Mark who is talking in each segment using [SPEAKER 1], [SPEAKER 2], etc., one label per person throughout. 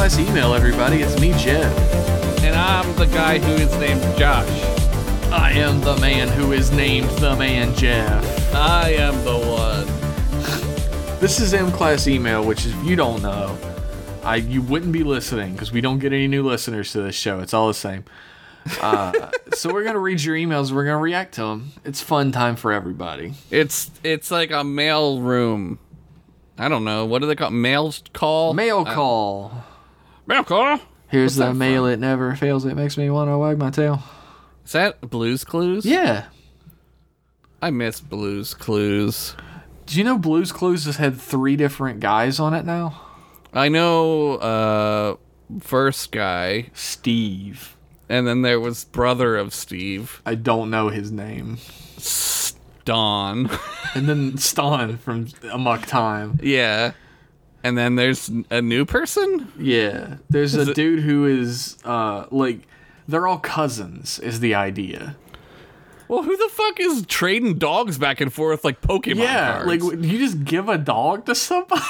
[SPEAKER 1] Nice Email, everybody. It's me, Jed.
[SPEAKER 2] And I'm the guy who is named Josh.
[SPEAKER 1] I am the man who is named the man Jeff.
[SPEAKER 2] I am the one.
[SPEAKER 1] This is M Class Email, which is, if you don't know, I you wouldn't be listening because we don't get any new listeners to this show. It's all the same. Uh, so we're gonna read your emails. We're gonna react to them. It's fun time for everybody.
[SPEAKER 2] It's it's like a mail room. I don't know. What do they call mail call?
[SPEAKER 1] Mail
[SPEAKER 2] Uh,
[SPEAKER 1] call.
[SPEAKER 2] mail call.
[SPEAKER 1] Here's the
[SPEAKER 2] that
[SPEAKER 1] mail. It never fails. It makes me want to wag my tail.
[SPEAKER 2] Is that Blues Clues?
[SPEAKER 1] Yeah.
[SPEAKER 2] I miss Blues Clues.
[SPEAKER 1] Do you know Blue's Clues has had three different guys on it now?
[SPEAKER 2] I know uh first guy
[SPEAKER 1] Steve.
[SPEAKER 2] and then there was brother of Steve,
[SPEAKER 1] I don't know his name.
[SPEAKER 2] Don.
[SPEAKER 1] And then Stan from Amok Time.
[SPEAKER 2] yeah. And then there's a new person?
[SPEAKER 1] Yeah. There's a
[SPEAKER 2] it-
[SPEAKER 1] dude who is uh like they're all cousins is the idea.
[SPEAKER 2] Well, who the fuck is trading dogs back and forth like Pokemon
[SPEAKER 1] yeah,
[SPEAKER 2] cards?
[SPEAKER 1] like w- you just give a dog to somebody.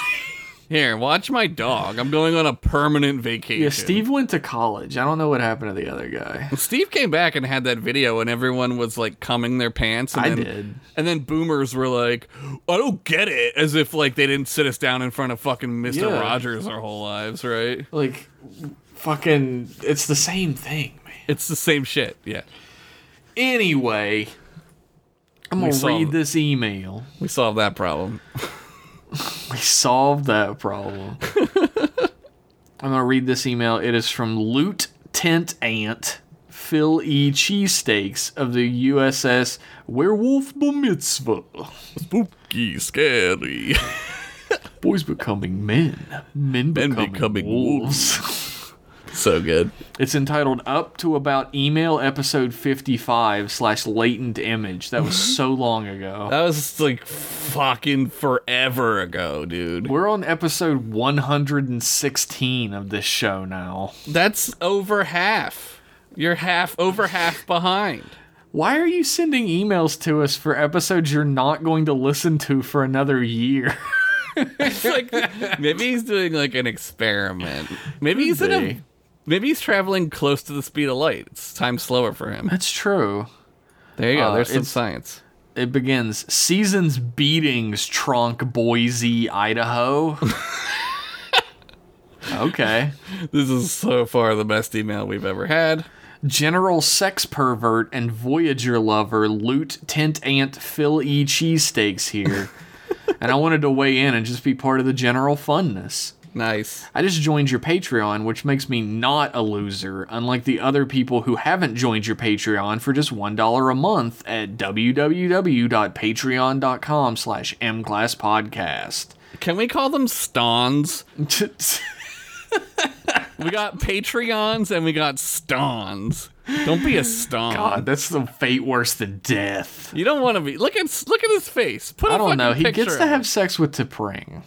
[SPEAKER 2] Here, watch my dog. I'm going on a permanent vacation.
[SPEAKER 1] yeah, Steve went to college. I don't know what happened to the other guy.
[SPEAKER 2] Steve came back and had that video, and everyone was like coming their pants. And
[SPEAKER 1] I
[SPEAKER 2] then,
[SPEAKER 1] did.
[SPEAKER 2] And then boomers were like, "I don't get it," as if like they didn't sit us down in front of fucking Mister
[SPEAKER 1] Yeah.
[SPEAKER 2] Rogers our whole lives, right?
[SPEAKER 1] Like fucking it's the same thing, man.
[SPEAKER 2] It's the same shit. Yeah,
[SPEAKER 1] Anyway, I'm
[SPEAKER 2] We
[SPEAKER 1] going to
[SPEAKER 2] solved
[SPEAKER 1] read
[SPEAKER 2] it.
[SPEAKER 1] this email.
[SPEAKER 2] we solved that problem.
[SPEAKER 1] We solved that problem. I'm going to read this email. It is from Loot Tent Ant, Phil E. Cheesesteaks of the USS Werewolf Bar Mitzvah.
[SPEAKER 2] Spooky, scary.
[SPEAKER 1] Boys becoming men, men
[SPEAKER 2] Men
[SPEAKER 1] becoming,
[SPEAKER 2] becoming
[SPEAKER 1] wolves.
[SPEAKER 2] so good.
[SPEAKER 1] It's entitled Up to About Email Episode 55 slash Latent Image. That was so long ago.
[SPEAKER 2] That was like fucking forever ago, dude.
[SPEAKER 1] We're on episode 116 of this show now.
[SPEAKER 2] That's over half. You're half over half behind.
[SPEAKER 1] Why are you sending emails to us for episodes you're not going to listen to for another year?
[SPEAKER 2] It's like maybe he's doing like an experiment. Maybe he's in
[SPEAKER 1] be.
[SPEAKER 2] a maybe he's traveling close to the speed of light. It's time slower for him.
[SPEAKER 1] That's true.
[SPEAKER 2] There you go.
[SPEAKER 1] Uh,
[SPEAKER 2] There's some
[SPEAKER 1] it's-
[SPEAKER 2] science.
[SPEAKER 1] It begins Seasons Beatings, Tronk, Boise, Idaho. okay.
[SPEAKER 2] This is so far the best email we've ever had.
[SPEAKER 1] General Sex Pervert and Voyager Lover, Loot, Tent Ant, Phil E. Cheesesteaks here. and I wanted to weigh in and just be part of the general funness.
[SPEAKER 2] Nice.
[SPEAKER 1] I just joined your Patreon, which makes me not a loser, unlike the other people who haven't joined your Patreon for just $1 a month at www.patreon.com slash mclasspodcast.
[SPEAKER 2] Can we call them stons? We got Patreons and we got stons. Don't be a ston.
[SPEAKER 1] God, that's the fate worse than death.
[SPEAKER 2] You don't want to be. Look at look at his face. Put a
[SPEAKER 1] I don't know.
[SPEAKER 2] fucking
[SPEAKER 1] He
[SPEAKER 2] picture
[SPEAKER 1] gets
[SPEAKER 2] of
[SPEAKER 1] to
[SPEAKER 2] it.
[SPEAKER 1] have sex with T'Pring.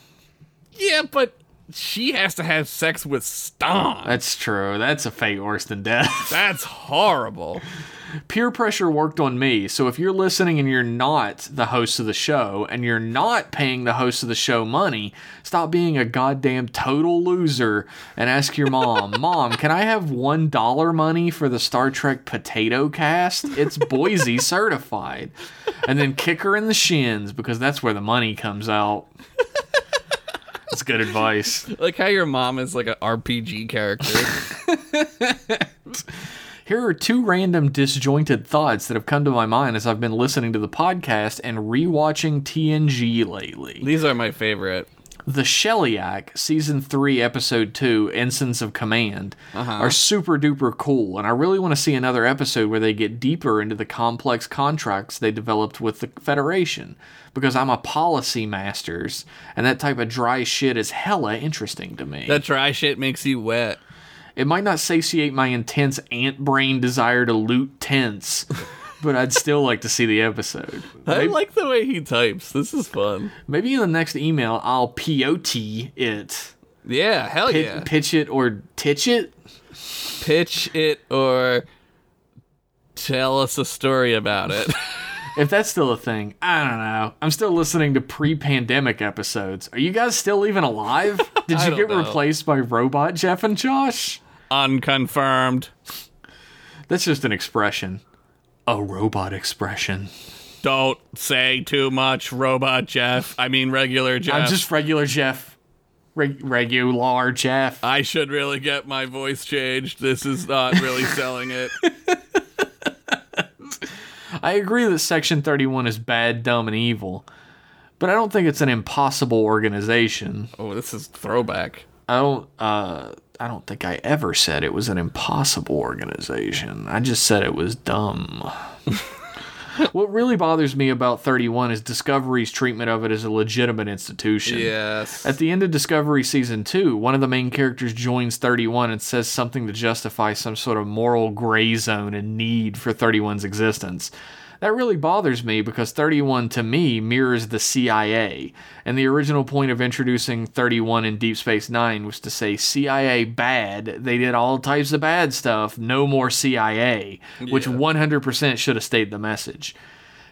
[SPEAKER 2] Yeah, but she has to have sex with ston.
[SPEAKER 1] That's true. That's a fate worse than death.
[SPEAKER 2] That's horrible.
[SPEAKER 1] peer pressure worked on me. So if you're listening and you're not the host of the show and you're not paying the host of the show money, stop being a goddamn total loser and ask your mom, Mom, can I have one dollar money for the Star Trek potato cast? It's Boise certified. And then kick her in the shins because that's where the money comes out. That's good advice.
[SPEAKER 2] Like how your mom is like an RPG character.
[SPEAKER 1] Here are two random disjointed thoughts that have come to my mind as I've been listening to the podcast and rewatching TNG lately.
[SPEAKER 2] These are my favorite.
[SPEAKER 1] The Shellyak, Season 3, Episode 2, Ensigns of Command, are super duper cool, and I really want to see another episode where they get deeper into the complex contracts they developed with the Federation, because I'm a policy masters, and that type of dry shit is hella interesting to me.
[SPEAKER 2] That dry shit makes you wet.
[SPEAKER 1] It might not satiate my intense ant brain desire to loot tents, but I'd still like to see the episode.
[SPEAKER 2] I
[SPEAKER 1] Maybe,
[SPEAKER 2] like the way he types. This is fun.
[SPEAKER 1] maybe in the next email, I'll POT it.
[SPEAKER 2] Yeah, hell
[SPEAKER 1] Pit-
[SPEAKER 2] yeah.
[SPEAKER 1] Pitch it or titch it?
[SPEAKER 2] Pitch it or tell us a story about it.
[SPEAKER 1] if that's still a thing, I don't know. I'm still listening to pre-pandemic episodes. Are you guys still even alive? Did
[SPEAKER 2] I
[SPEAKER 1] you
[SPEAKER 2] don't
[SPEAKER 1] get
[SPEAKER 2] know.
[SPEAKER 1] replaced by robot Jeff and Josh?
[SPEAKER 2] Unconfirmed.
[SPEAKER 1] That's just an expression. A robot expression.
[SPEAKER 2] Don't say too much, robot Jeff. I mean, regular Jeff.
[SPEAKER 1] I'm just regular Jeff. Reg- regular Jeff.
[SPEAKER 2] I should really get my voice changed. This is not really selling it.
[SPEAKER 1] I agree that Section 31 is bad, dumb, and evil, but I don't think it's an impossible organization.
[SPEAKER 2] Oh, this is throwback.
[SPEAKER 1] I don't. Uh, I don't think I ever said it was an impossible organization. I just said it was dumb. what really bothers me about 31 is Discovery's treatment of it as a legitimate institution.
[SPEAKER 2] Yes.
[SPEAKER 1] At the end of Discovery Season 2, one of the main characters joins 31 and says something to justify some sort of moral gray zone and need for 31's existence. That really bothers me because 31 to me mirrors the CIA, and the original point of introducing 31 in Deep Space Nine was to say CIA bad, they did all types of bad stuff, no more CIA, which 100% should have stayed the message.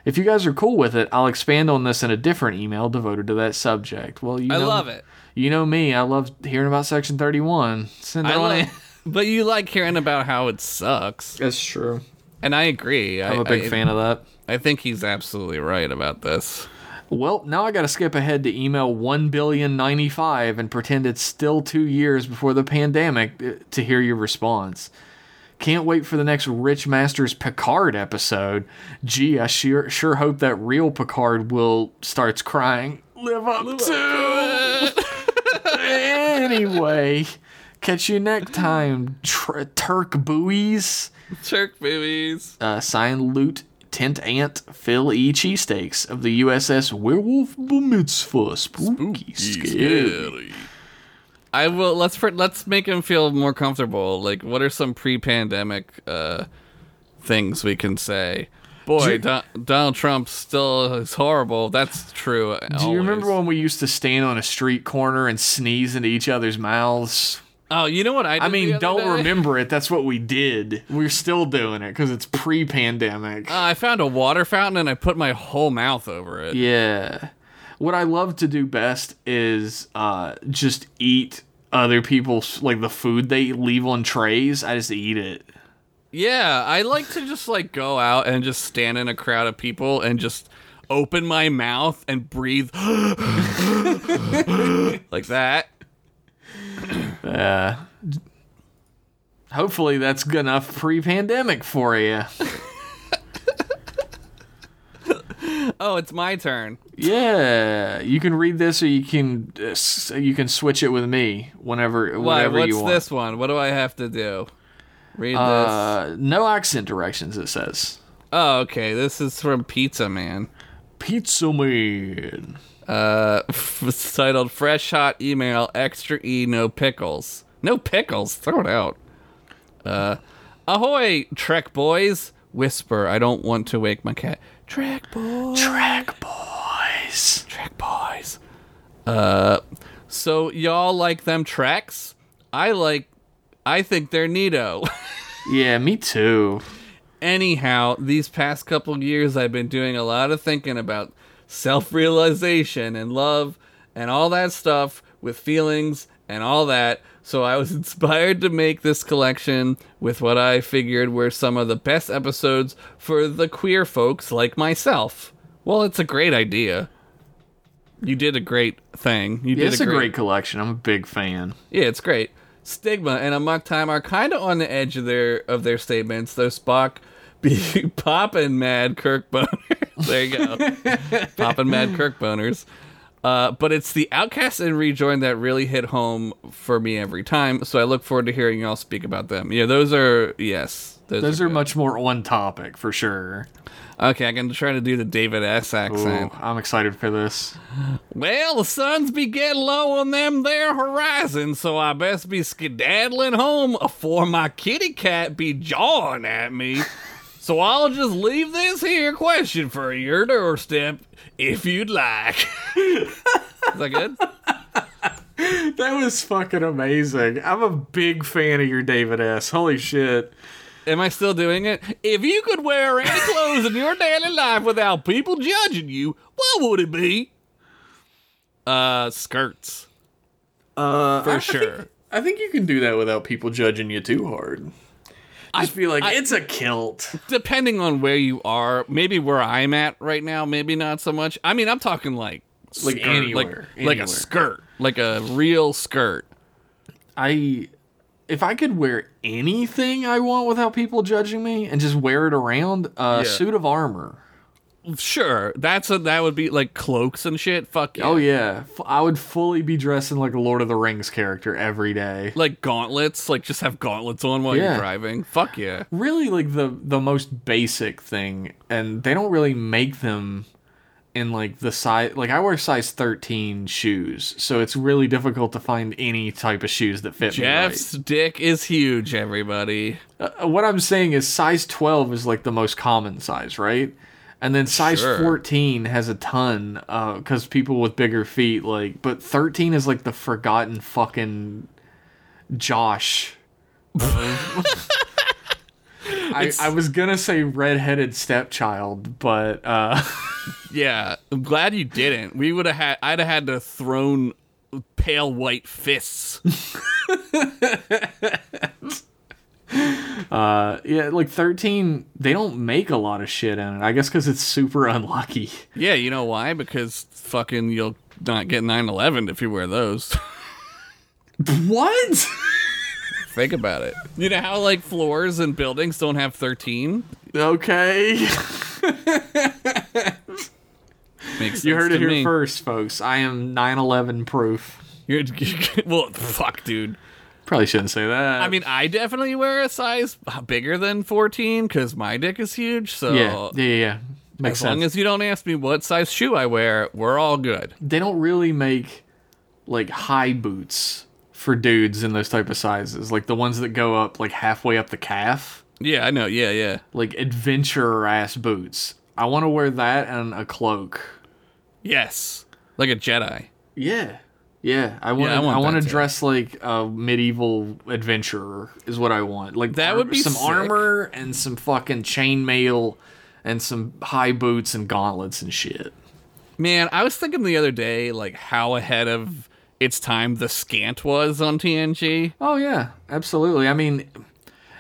[SPEAKER 1] If you guys are cool with it, I'll expand on this in a different email devoted to that subject. Well, you
[SPEAKER 2] I
[SPEAKER 1] know,
[SPEAKER 2] love it.
[SPEAKER 1] You know me, I love hearing about Section 31. Send it
[SPEAKER 2] I
[SPEAKER 1] on
[SPEAKER 2] like,
[SPEAKER 1] in.
[SPEAKER 2] but you like hearing about how it sucks,
[SPEAKER 1] That's true.
[SPEAKER 2] and I agree.
[SPEAKER 1] I'm
[SPEAKER 2] a
[SPEAKER 1] a big fan of that.
[SPEAKER 2] I think he's absolutely right about this.
[SPEAKER 1] Well, now I got to skip ahead to email 1,095 and pretend it's still two years before the pandemic uh, to hear your response. Can't wait for the next Rich Masters Picard episode. Gee, I sure, sure hope that real Picard will starts crying. Live up to. anyway, catch you next time, tr- Turk buoys.
[SPEAKER 2] Turk babies.
[SPEAKER 1] Uh, signed loot tent ant Phil E. Cheesesteaks of the USS Werewolf Bar Mitzvah. Spooky, scary.
[SPEAKER 2] I will. Let's pr- let's make him feel more comfortable. Like, what are some pre-pandemic uh, things we can say? Boy, Don- Donald Trump still is horrible. That's true.
[SPEAKER 1] Do you remember when we used to stand on a street corner and sneeze into each other's mouths?
[SPEAKER 2] Oh, you know what I? Did
[SPEAKER 1] I
[SPEAKER 2] the
[SPEAKER 1] mean,
[SPEAKER 2] other
[SPEAKER 1] don't
[SPEAKER 2] day?
[SPEAKER 1] remember it. That's what we did. We're still doing it because it's pre pandemic.
[SPEAKER 2] Uh, I found a water fountain and I put my whole mouth over it.
[SPEAKER 1] Yeah. What I love to do best is uh, just eat other people's, like the food they leave on trays. I just eat it.
[SPEAKER 2] Yeah, I like to just like go out and just stand in a crowd of people and just open my mouth and breathe like that.
[SPEAKER 1] Hopefully that's good enough pre-pandemic for you.
[SPEAKER 2] Oh, it's my turn.
[SPEAKER 1] Yeah, you can read this, or you can uh, s- you can switch it with me whenever
[SPEAKER 2] Why?
[SPEAKER 1] whatever
[SPEAKER 2] What's
[SPEAKER 1] you want.
[SPEAKER 2] this one? What do I have to do? Read this.
[SPEAKER 1] Uh, no accent directions. It says
[SPEAKER 2] Oh, okay. This is from Pizza Man.
[SPEAKER 1] Pizza Man.
[SPEAKER 2] Uh, it's titled "Fresh Hot Email Extra E No Pickles." No pickles. Throw it out. Uh, ahoy, Trek boys! Whisper. I don't want to wake my cat. Trek boys.
[SPEAKER 1] Track boys.
[SPEAKER 2] Trek boys. Uh, so y'all like them treks? I like. I think they're neato.
[SPEAKER 1] Yeah, me too.
[SPEAKER 2] Anyhow, these past couple years, I've been doing a lot of thinking about self realization and love and all that stuff with feelings and all that. So I was inspired to make this collection with what I figured were some of the best episodes for the queer folks like myself. Well, it's a great idea. You did a great thing. You
[SPEAKER 1] Yeah,
[SPEAKER 2] did
[SPEAKER 1] it's a great collection. I'm a big fan.
[SPEAKER 2] yeah, it's great. Stigma and Amok Time are kind of on the edge of their of their statements, though Spock be poppin' mad Kirk boner. there you go, poppin' mad Kirk boners. Uh, but it's the Outcast and Rejoin that really hit home for me every time. So I look forward to hearing y'all speak about them. Yeah, those are yes, those,
[SPEAKER 1] Those are
[SPEAKER 2] good.
[SPEAKER 1] much more on topic for sure.
[SPEAKER 2] okay. I can try to do the David S
[SPEAKER 1] Ooh,
[SPEAKER 2] accent.
[SPEAKER 1] I'm excited for this.
[SPEAKER 2] Well, the sun's be getting low on them there horizon, so I best be skedaddling home afore my kitty cat be jawing at me. so I'll just leave this here question for your doorstep if you'd like. Is that good?
[SPEAKER 1] That was fucking amazing. I'm a big fan of your David S. Holy shit.
[SPEAKER 2] Am I still doing it? If you could wear any clothes in your daily life without people judging you, what would it be? Uh, skirts.
[SPEAKER 1] Uh,
[SPEAKER 2] For
[SPEAKER 1] I- I
[SPEAKER 2] sure.
[SPEAKER 1] think, I think you can do that without people judging you too hard. I feel like it's a kilt.
[SPEAKER 2] Depending on where you are, maybe where I'm at right now, maybe not so much. I mean, I'm talking like
[SPEAKER 1] Like
[SPEAKER 2] skirt,
[SPEAKER 1] anywhere,
[SPEAKER 2] like, like
[SPEAKER 1] anywhere.
[SPEAKER 2] a skirt, like a real skirt.
[SPEAKER 1] I if I could wear anything I want without people judging me and just wear it around, a
[SPEAKER 2] Yeah.
[SPEAKER 1] suit of armor.
[SPEAKER 2] Sure, that's a that would be like cloaks and shit. Fuck yeah.
[SPEAKER 1] Oh yeah, F- I would fully be dressing like a Lord of the Rings character every day.
[SPEAKER 2] Like gauntlets, like just have gauntlets on while
[SPEAKER 1] Yeah.
[SPEAKER 2] you're driving. Fuck yeah.
[SPEAKER 1] Really like the the most basic thing and they don't really make them in like the size like I wear size 13 shoes, so it's really difficult to find any type of shoes that fit
[SPEAKER 2] Jeff's dick is huge, everybody.
[SPEAKER 1] me. Right. Uh, what I'm saying is size 12 is like the most common size, right? And then size
[SPEAKER 2] Sure.
[SPEAKER 1] 14 has a ton uh, cuz people with bigger feet like but 13 is like the forgotten fucking Josh I, I was gonna say redheaded stepchild, but uh,
[SPEAKER 2] Yeah, I'm glad you didn't. We would have had. I'd have had to thrown pale white fists.
[SPEAKER 1] uh, yeah, like thirteen, they don't make a lot of shit in it. I guess because it's super unlucky.
[SPEAKER 2] yeah, you know why? Because fucking you'll not get 9/11 if you wear those.
[SPEAKER 1] What?
[SPEAKER 2] Think about it. You know how like floors and buildings don't have 13.
[SPEAKER 1] okay,
[SPEAKER 2] Makes sense
[SPEAKER 1] you heard
[SPEAKER 2] to
[SPEAKER 1] it here
[SPEAKER 2] me.
[SPEAKER 1] first, folks. I am 9/11 proof.
[SPEAKER 2] You're, well, fuck, dude.
[SPEAKER 1] Probably shouldn't say that.
[SPEAKER 2] I mean, I definitely wear a size bigger than 14 because my dick is huge. So
[SPEAKER 1] yeah, yeah, yeah. yeah. Makes
[SPEAKER 2] uh, as
[SPEAKER 1] sense.
[SPEAKER 2] long as you don't ask me what size shoe I wear, we're all good.
[SPEAKER 1] they don't really make like high boots for dudes in those type of sizes, like the ones that go up like halfway up the calf.
[SPEAKER 2] Yeah, I know. Yeah, yeah.
[SPEAKER 1] like adventurer ass boots. I want to wear that and a cloak.
[SPEAKER 2] Yes. Like a Jedi.
[SPEAKER 1] Yeah. Yeah, I want.
[SPEAKER 2] Yeah, I
[SPEAKER 1] I
[SPEAKER 2] want
[SPEAKER 1] want
[SPEAKER 2] that
[SPEAKER 1] to
[SPEAKER 2] too.
[SPEAKER 1] dress like a medieval adventurer is what I want. Like
[SPEAKER 2] That would be
[SPEAKER 1] some
[SPEAKER 2] sick.
[SPEAKER 1] armor and some fucking chainmail and some high boots and gauntlets and shit.
[SPEAKER 2] Man, I was thinking the other day, like, how ahead of its time the scant was on TNG.
[SPEAKER 1] Oh yeah, absolutely. I mean,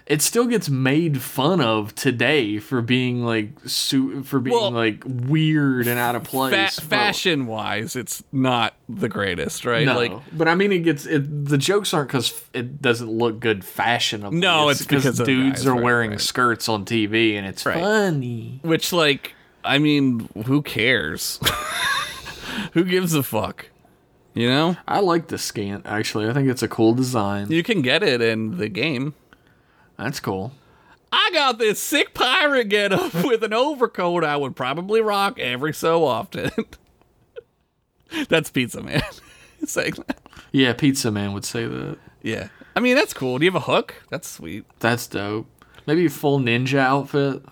[SPEAKER 1] it still gets made fun of today for being like su- for being
[SPEAKER 2] Well,
[SPEAKER 1] like weird and out of
[SPEAKER 2] Fa-
[SPEAKER 1] place. but-
[SPEAKER 2] fashion wise, it's not the greatest, right?
[SPEAKER 1] No,
[SPEAKER 2] Like,
[SPEAKER 1] but I mean, it gets it, the jokes aren't because it doesn't look good fashionable.
[SPEAKER 2] No, it's because of
[SPEAKER 1] dudes
[SPEAKER 2] guys,
[SPEAKER 1] are
[SPEAKER 2] right,
[SPEAKER 1] wearing
[SPEAKER 2] right.
[SPEAKER 1] skirts on TV, and it's
[SPEAKER 2] Right.
[SPEAKER 1] funny.
[SPEAKER 2] which, like, I mean, who cares? who gives a fuck? You know?
[SPEAKER 1] I like the scant actually. I think it's a cool design.
[SPEAKER 2] You can get it in the game.
[SPEAKER 1] That's cool.
[SPEAKER 2] I got this sick pirate getup with an overcoat I would probably rock every so often. that's Pizza Man. saying that.
[SPEAKER 1] Yeah, Pizza Man would say that.
[SPEAKER 2] Yeah. I mean, that's cool. Do you have a hook? That's sweet.
[SPEAKER 1] That's dope. Maybe a full ninja outfit.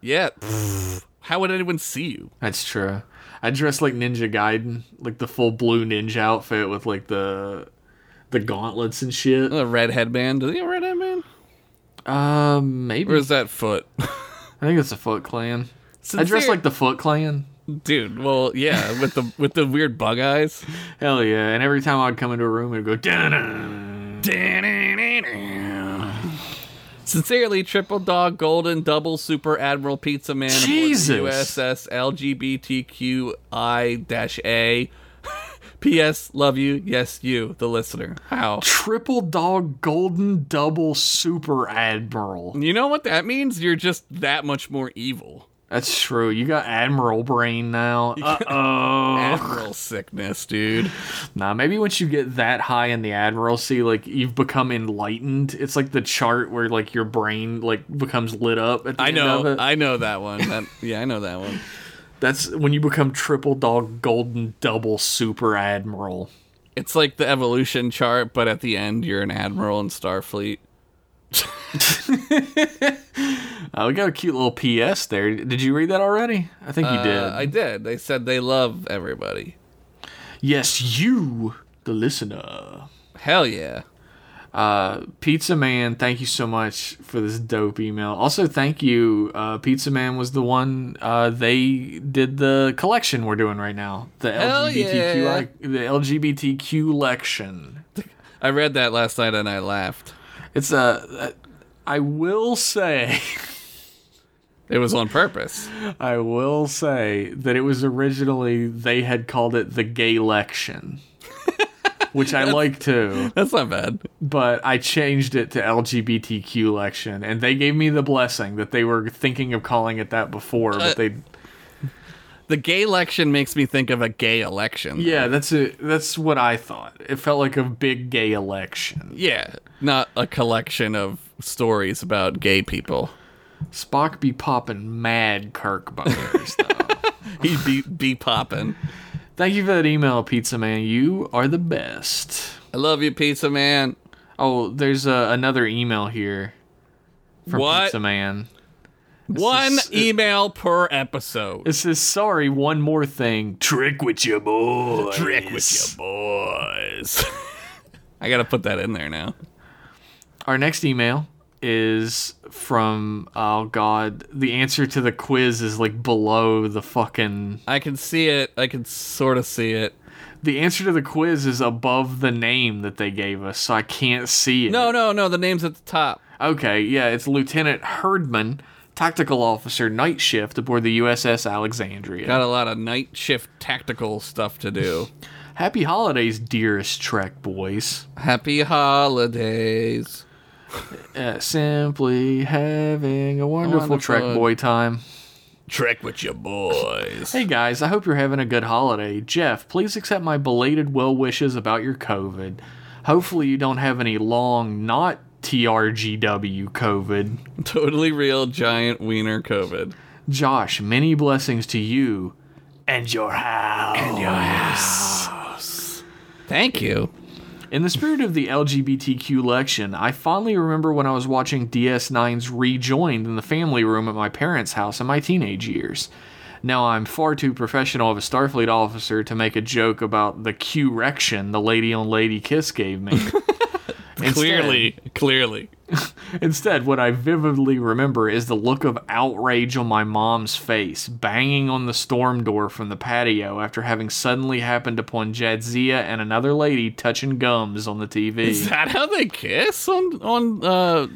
[SPEAKER 2] Yeah. How would anyone see you?
[SPEAKER 1] That's true. I dress like Ninja Gaiden, like the full blue ninja outfit with like the the gauntlets and shit.
[SPEAKER 2] A red headband. Does he have a red headband?
[SPEAKER 1] Um,
[SPEAKER 2] Or
[SPEAKER 1] maybe
[SPEAKER 2] is that foot?
[SPEAKER 1] I think it's the Foot Clan. I dress like the Foot Clan.
[SPEAKER 2] dude. Well, yeah, with the with the weird bug eyes.
[SPEAKER 1] Hell yeah! And every time I'd come into a room, it'd go. "Da-da-da."
[SPEAKER 2] Sincerely, Triple Dog Golden Double Super Admiral Pizza Man aboard the
[SPEAKER 1] Jesus.
[SPEAKER 2] USS LGBTQI-A. P.S. Love you. Yes, you, the listener. How?
[SPEAKER 1] Triple dog golden double super admiral.
[SPEAKER 2] You know what that means? You're just that much more evil.
[SPEAKER 1] That's true. You got admiral brain now. Uh oh.
[SPEAKER 2] Admiral sickness, dude.
[SPEAKER 1] nah, maybe once you get that high in the admiralty, like you've become enlightened. It's like the chart where like your brain like becomes lit up. At the
[SPEAKER 2] I
[SPEAKER 1] end of
[SPEAKER 2] know.
[SPEAKER 1] it.
[SPEAKER 2] I know that one. That, yeah, I know that one.
[SPEAKER 1] That's when you become triple dog golden double super admiral.
[SPEAKER 2] It's like the evolution chart, but at the end, you're an admiral in Starfleet.
[SPEAKER 1] Uh, we got a cute little P.S. there. Did you read that already? I think you did.
[SPEAKER 2] Uh, I did. They said they love everybody.
[SPEAKER 1] Yes, you, the listener.
[SPEAKER 2] Hell yeah.
[SPEAKER 1] Uh, Pizza Man, thank you so much for this dope email. Also, thank you. Uh, Pizza Man was the one uh, they did the collection we're doing right now. The
[SPEAKER 2] Hell
[SPEAKER 1] LGBTQ the LGBTQ lection.
[SPEAKER 2] I read that last night and I laughed.
[SPEAKER 1] It's a. I will say,
[SPEAKER 2] It was on purpose.
[SPEAKER 1] I will say that it was originally they had called it the gay lection, which I like too.
[SPEAKER 2] That's not bad.
[SPEAKER 1] but I changed it to LGBTQ election, and they gave me the blessing that they were thinking of calling it that before,
[SPEAKER 2] Uh,
[SPEAKER 1] but they
[SPEAKER 2] The gay election makes me think of a gay election.
[SPEAKER 1] yeah, that's a that's what I thought. It felt like a big gay election.
[SPEAKER 2] Yeah, not a collection of stories about gay people.
[SPEAKER 1] Spock be popping mad Kirk boners though.
[SPEAKER 2] He'd be be popping.
[SPEAKER 1] Thank you for that email, Pizza Man. You are the best.
[SPEAKER 2] I love you, pizza man.
[SPEAKER 1] Oh, there's uh, another email here from
[SPEAKER 2] What?
[SPEAKER 1] Pizza Man.
[SPEAKER 2] One
[SPEAKER 1] is-
[SPEAKER 2] email per episode.
[SPEAKER 1] It says, "Sorry, one more thing. Trick with your boys.
[SPEAKER 2] Trick with you boys. I gotta put that in there now.
[SPEAKER 1] Our next email is from oh god, the answer to the quiz is like below the fucking
[SPEAKER 2] I can see it. I can sort of see it.
[SPEAKER 1] the answer to the quiz is above the name that they gave us, so I can't see it.
[SPEAKER 2] No, no, no. The name's at the top.
[SPEAKER 1] Okay, yeah, it's Lieutenant Herdman, tactical officer night shift aboard the USS Alexandria.
[SPEAKER 2] Got a lot of night shift tactical stuff to do.
[SPEAKER 1] Happy holidays, dearest Trek boys.
[SPEAKER 2] Happy holidays.
[SPEAKER 1] Uh, simply having a wonderful,
[SPEAKER 2] Wonderful.
[SPEAKER 1] Trek boy time.
[SPEAKER 2] Trick with your boys.
[SPEAKER 1] Hey guys, I hope you're having a good holiday. Jeff, please accept my belated well wishes about your COVID. Hopefully, you don't have any long, not TRGW COVID.
[SPEAKER 2] Totally real giant wiener COVID.
[SPEAKER 1] Josh, many blessings to you and your house.
[SPEAKER 2] Thank you.
[SPEAKER 1] In the spirit of the LGBTQ election, I fondly remember when I was watching DS9's Rejoined in the family room at my parents' house in my teenage years. Now, I'm far too professional of a Starfleet officer to make a joke about the Q-rection the lady on lady kiss gave me. Instead-
[SPEAKER 2] Clearly, clearly.
[SPEAKER 1] Instead, what I vividly remember is the look of outrage on my mom's face, banging on the storm door from the patio after having suddenly happened upon Jadzia and another lady touching gums on the TV.
[SPEAKER 2] Is that how they kiss on on uh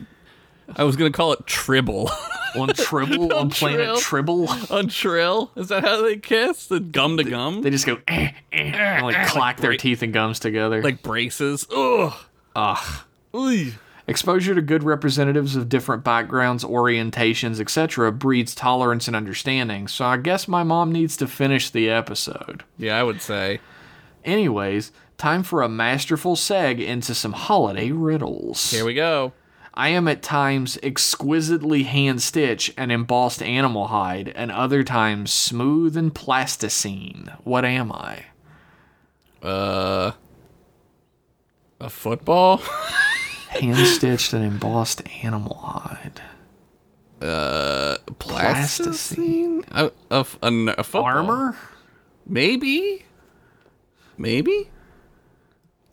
[SPEAKER 2] I was gonna call it tribble.
[SPEAKER 1] on Tribble, on planet Tribble.
[SPEAKER 2] on Trill? Is that how they kiss? The gum to gum?
[SPEAKER 1] They just go eh, eh, and like clack their teeth and gums together.
[SPEAKER 2] like braces. Ugh. Ugh. Ooh.
[SPEAKER 1] Exposure to good representatives of different backgrounds, orientations, etc., breeds tolerance and understanding. So I guess my mom needs to finish the episode.
[SPEAKER 2] Yeah, I would say.
[SPEAKER 1] Anyways, time for a masterful seg into some holiday riddles.
[SPEAKER 2] Here we go.
[SPEAKER 1] I am at times exquisitely hand stitch and embossed animal hide, and other times smooth and plasticine. What am I?
[SPEAKER 2] Uh a football?
[SPEAKER 1] Hand stitched and embossed animal hide.
[SPEAKER 2] Plasticine? A, a, f- a n- a football.
[SPEAKER 1] Armor?
[SPEAKER 2] Maybe. Maybe.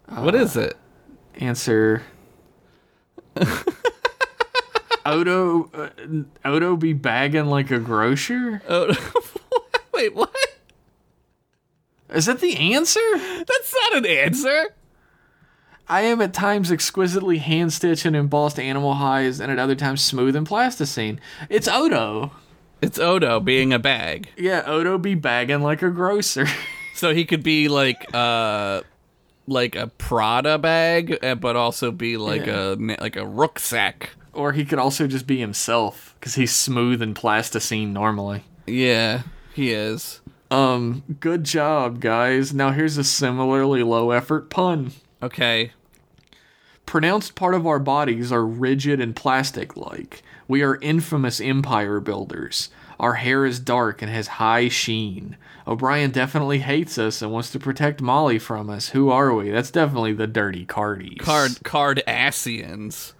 [SPEAKER 2] what is it?
[SPEAKER 1] Answer. Odo, uh, Odo be bagging like a grocer? Uh,
[SPEAKER 2] Oh, wait, what?
[SPEAKER 1] Is that the answer?
[SPEAKER 2] That's not an answer.
[SPEAKER 1] I am at times exquisitely hand stitched and embossed animal hides, and at other times smooth and plasticine. It's Odo.
[SPEAKER 2] It's Odo being a bag.
[SPEAKER 1] Yeah, Odo be bagging like a grocer.
[SPEAKER 2] So he could be like uh like a Prada bag, uh, but also be like a na- like a rucksack.
[SPEAKER 1] or he could also just be himself, because he's smooth and plasticine normally.
[SPEAKER 2] Yeah, he is.
[SPEAKER 1] Um, good job, guys. Now here's a similarly low effort pun.
[SPEAKER 2] Okay.
[SPEAKER 1] Pronounced part of our bodies are rigid and plastic like. We are infamous empire builders. Our hair is dark and has high sheen. O'Brien definitely hates us and wants to protect Molly from us. Who are we? That's definitely the Dirty Cardies.
[SPEAKER 2] Card Cardassians.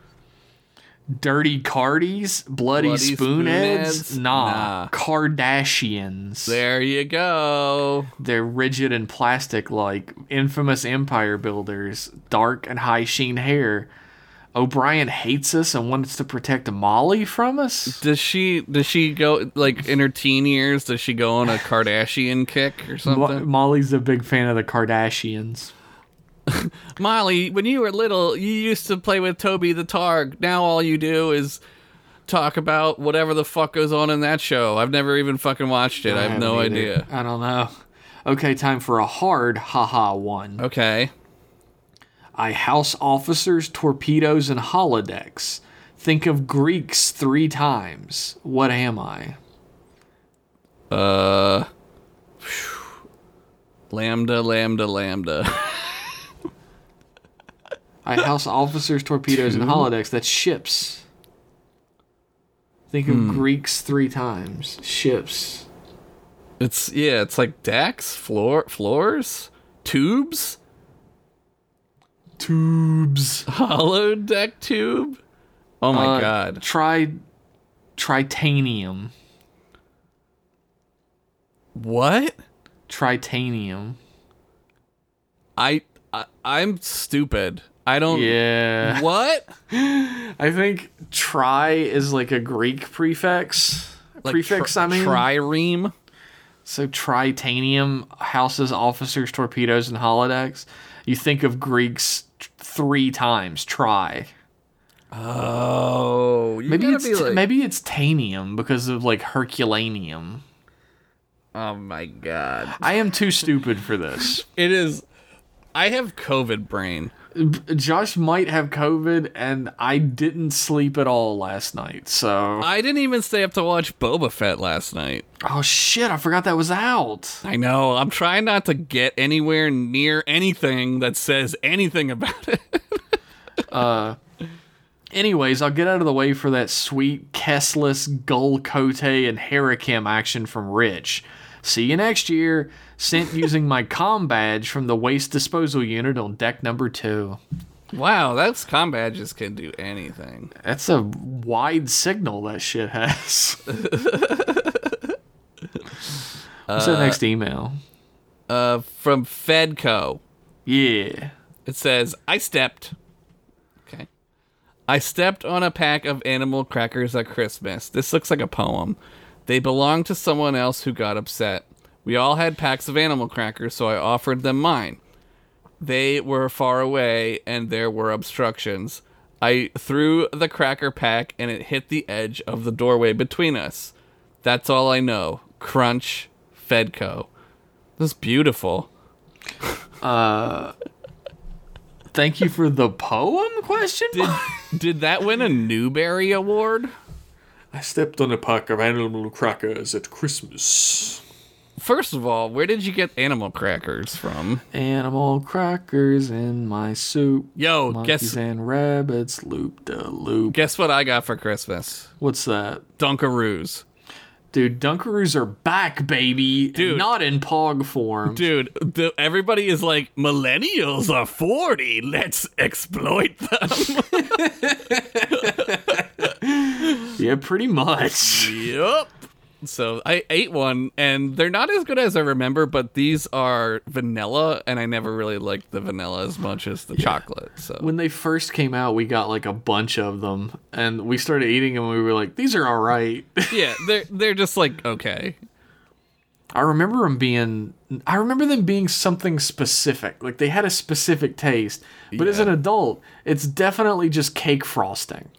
[SPEAKER 1] Dirty Cardies? Bloody,
[SPEAKER 2] Bloody
[SPEAKER 1] Spoonheads?
[SPEAKER 2] Spoonheads?
[SPEAKER 1] Nah.
[SPEAKER 2] Nah.
[SPEAKER 1] Kardashians.
[SPEAKER 2] There you go.
[SPEAKER 1] They're rigid and plastic like, infamous empire builders, dark and high sheen hair. O'Brien hates us and wants to protect Molly from us?
[SPEAKER 2] Does she does she go like in her teen years? Does she go on a Kardashian kick or
[SPEAKER 1] Mo-
[SPEAKER 2] something?
[SPEAKER 1] Molly's a big fan of the Kardashians.
[SPEAKER 2] Molly, when you were little, you used to play with Toby the Targ. Now all you do is talk about whatever the fuck goes on in that show. I've never even fucking watched it. I have
[SPEAKER 1] haven't
[SPEAKER 2] no
[SPEAKER 1] either.
[SPEAKER 2] idea.
[SPEAKER 1] I don't know. Okay, time for a hard haha one.
[SPEAKER 2] Okay.
[SPEAKER 1] I house officers, torpedoes, and holodecks. Think of Greeks three times. What am I?
[SPEAKER 2] Uh Lambda, lambda, lambda.
[SPEAKER 1] I house officers, torpedoes, and holodecks. That's ships. Think
[SPEAKER 2] Hmm.
[SPEAKER 1] of Greeks three times. Ships.
[SPEAKER 2] It's yeah, it's like decks, floor floors, tubes,
[SPEAKER 1] Tubes.
[SPEAKER 2] hollow deck tube. Oh
[SPEAKER 1] Uh,
[SPEAKER 2] my god.
[SPEAKER 1] Tri Tritanium.
[SPEAKER 2] What?
[SPEAKER 1] Tritanium.
[SPEAKER 2] I, I I'm stupid. I don't
[SPEAKER 1] Yeah.
[SPEAKER 2] What?
[SPEAKER 1] I think tri is like a Greek prefix. prefix,
[SPEAKER 2] tri-
[SPEAKER 1] I mean.
[SPEAKER 2] trireme.
[SPEAKER 1] So tritanium houses officers, torpedoes, and holodecks. You think of Greeks t- three times. Try.
[SPEAKER 2] Oh, you
[SPEAKER 1] Maybe
[SPEAKER 2] gotta
[SPEAKER 1] it's
[SPEAKER 2] be
[SPEAKER 1] t-
[SPEAKER 2] like,
[SPEAKER 1] maybe it's tanium because of like Herculaneum.
[SPEAKER 2] Oh my god!
[SPEAKER 1] I am too stupid for this.
[SPEAKER 2] It is. I have COVID brain.
[SPEAKER 1] B- Josh might have COVID, and I didn't sleep at all last night. So
[SPEAKER 2] I didn't even stay up to watch Boba Fett last night.
[SPEAKER 1] oh shit, I forgot that was out.
[SPEAKER 2] I know. I'm trying not to get anywhere near anything that says anything about it.
[SPEAKER 1] Anyways, I'll get out of the way for that sweet Kessless, Gull Cote, and Harakam action from Rich. See you next year. Sent using my com badge from the waste disposal unit on deck number two.
[SPEAKER 2] wow, that's combat just can do anything.
[SPEAKER 1] That's a wide signal that shit has. What's the next email?
[SPEAKER 2] Uh, from Fedco.
[SPEAKER 1] Yeah.
[SPEAKER 2] It says, I stepped. Okay. I stepped on a pack of animal crackers at Christmas. This looks like a poem. They belonged to someone else who got upset. We all had packs of animal crackers, so I offered them mine. They were far away and there were obstructions. I threw the cracker pack and it hit the edge of the doorway between us. That's all I know. Crunch, Fedco. This is beautiful.
[SPEAKER 1] Thank you for the poem question?
[SPEAKER 2] Did, did that win a Newbery Award?
[SPEAKER 1] I stepped on a pack of animal crackers at Christmas.
[SPEAKER 2] First of all, where did you get animal crackers from?
[SPEAKER 1] Animal crackers in my soup.
[SPEAKER 2] Yo,
[SPEAKER 1] Monkeys
[SPEAKER 2] guess
[SPEAKER 1] and rabbits loop de loop.
[SPEAKER 2] guess what I got for Christmas?
[SPEAKER 1] What's that?
[SPEAKER 2] Dunkaroos.
[SPEAKER 1] Dude, Dunkaroos are back, baby.
[SPEAKER 2] Dude.
[SPEAKER 1] Not in pog form.
[SPEAKER 2] Dude, the, everybody is like, millennials are 40. Let's exploit them.
[SPEAKER 1] Yeah, pretty much.
[SPEAKER 2] yep. So I ate one, and they're not as good as I remember, but these are vanilla, and I never really liked the vanilla as much as the chocolate. So
[SPEAKER 1] When they first came out, we got like a bunch of them and we started eating them and we were like, these are all right.
[SPEAKER 2] yeah, they're they're just like okay.
[SPEAKER 1] I remember them being I remember them being something specific. Like they had a specific taste. But as
[SPEAKER 2] Yeah.
[SPEAKER 1] an adult, it's definitely just cake frosting.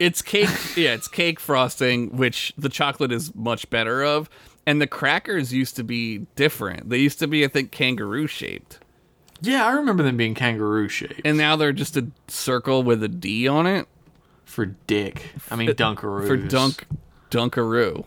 [SPEAKER 2] It's cake. yeah, it's cake frosting, which the chocolate is much better of. And the crackers used to be different. They used to be, I think, kangaroo shaped,
[SPEAKER 1] Yeah, I remember them being kangaroo shaped.
[SPEAKER 2] and now they're just a circle with a D on it
[SPEAKER 1] for dick. I mean Dunkaroos.
[SPEAKER 2] for dunk, dunkaroo.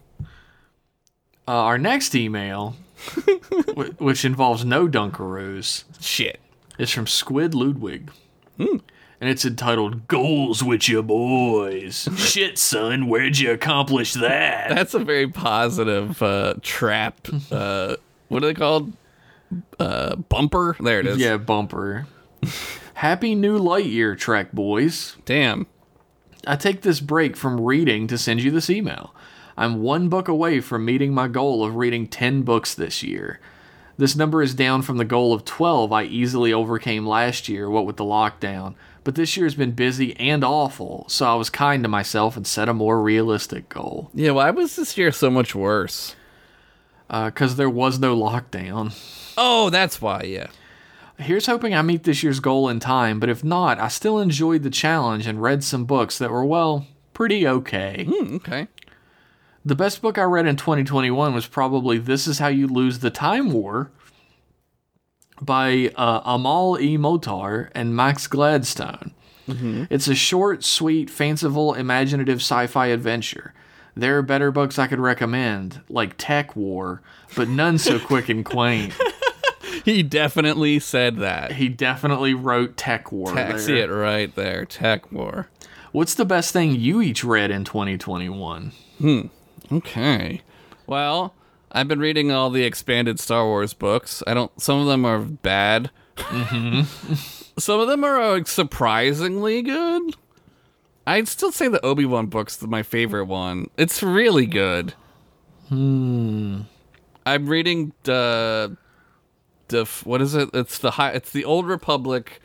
[SPEAKER 1] Uh, our next email, wh- which involves no Dunkaroos,
[SPEAKER 2] Shit.
[SPEAKER 1] is from Squid Ludwig. And it's entitled Goals with Your Boys. Shit, son, where'd you accomplish that?
[SPEAKER 2] That's a very positive uh, trap. Uh, what are they called? Uh, bumper. There it is.
[SPEAKER 1] Yeah, bumper. Happy new light year, Trek Boys.
[SPEAKER 2] Damn.
[SPEAKER 1] I take this break from reading to send you this email. I'm one book away from meeting my goal of reading 10 books this year. This number is down from the goal of 12 I easily overcame last year, what with the lockdown, But this year has been busy and awful, so I was kind to myself and set a more realistic goal.
[SPEAKER 2] Yeah, why was this year so much worse?
[SPEAKER 1] Because uh, there was no lockdown.
[SPEAKER 2] Oh, that's why, yeah.
[SPEAKER 1] Here's hoping I meet this year's goal in time, but if not, I still enjoyed the challenge and read some books that were, well, pretty okay.
[SPEAKER 2] Hmm, okay.
[SPEAKER 1] The best book I read in 2021 was probably This Is How You Lose the Time War by uh, Amal E. Motar and Max Gladstone.
[SPEAKER 2] Mm-hmm.
[SPEAKER 1] It's a short, sweet, fanciful, imaginative sci fi adventure. There are better books I could recommend, like Tech War, but none so quick and quaint.
[SPEAKER 2] He definitely said that.
[SPEAKER 1] He definitely wrote Tech War.
[SPEAKER 2] I see
[SPEAKER 1] there.
[SPEAKER 2] it right there. Tech war.
[SPEAKER 1] What's the best thing you each read in 2021?
[SPEAKER 2] Okay. Well, I've been reading all the expanded Star Wars books. I don't. Some of them are bad. some of them are uh, surprisingly good. I'd still say the Obi Wan book's my favorite one. It's really good. Hmm. I'm reading the, the f- what is it? It's the high. It's the Old Republic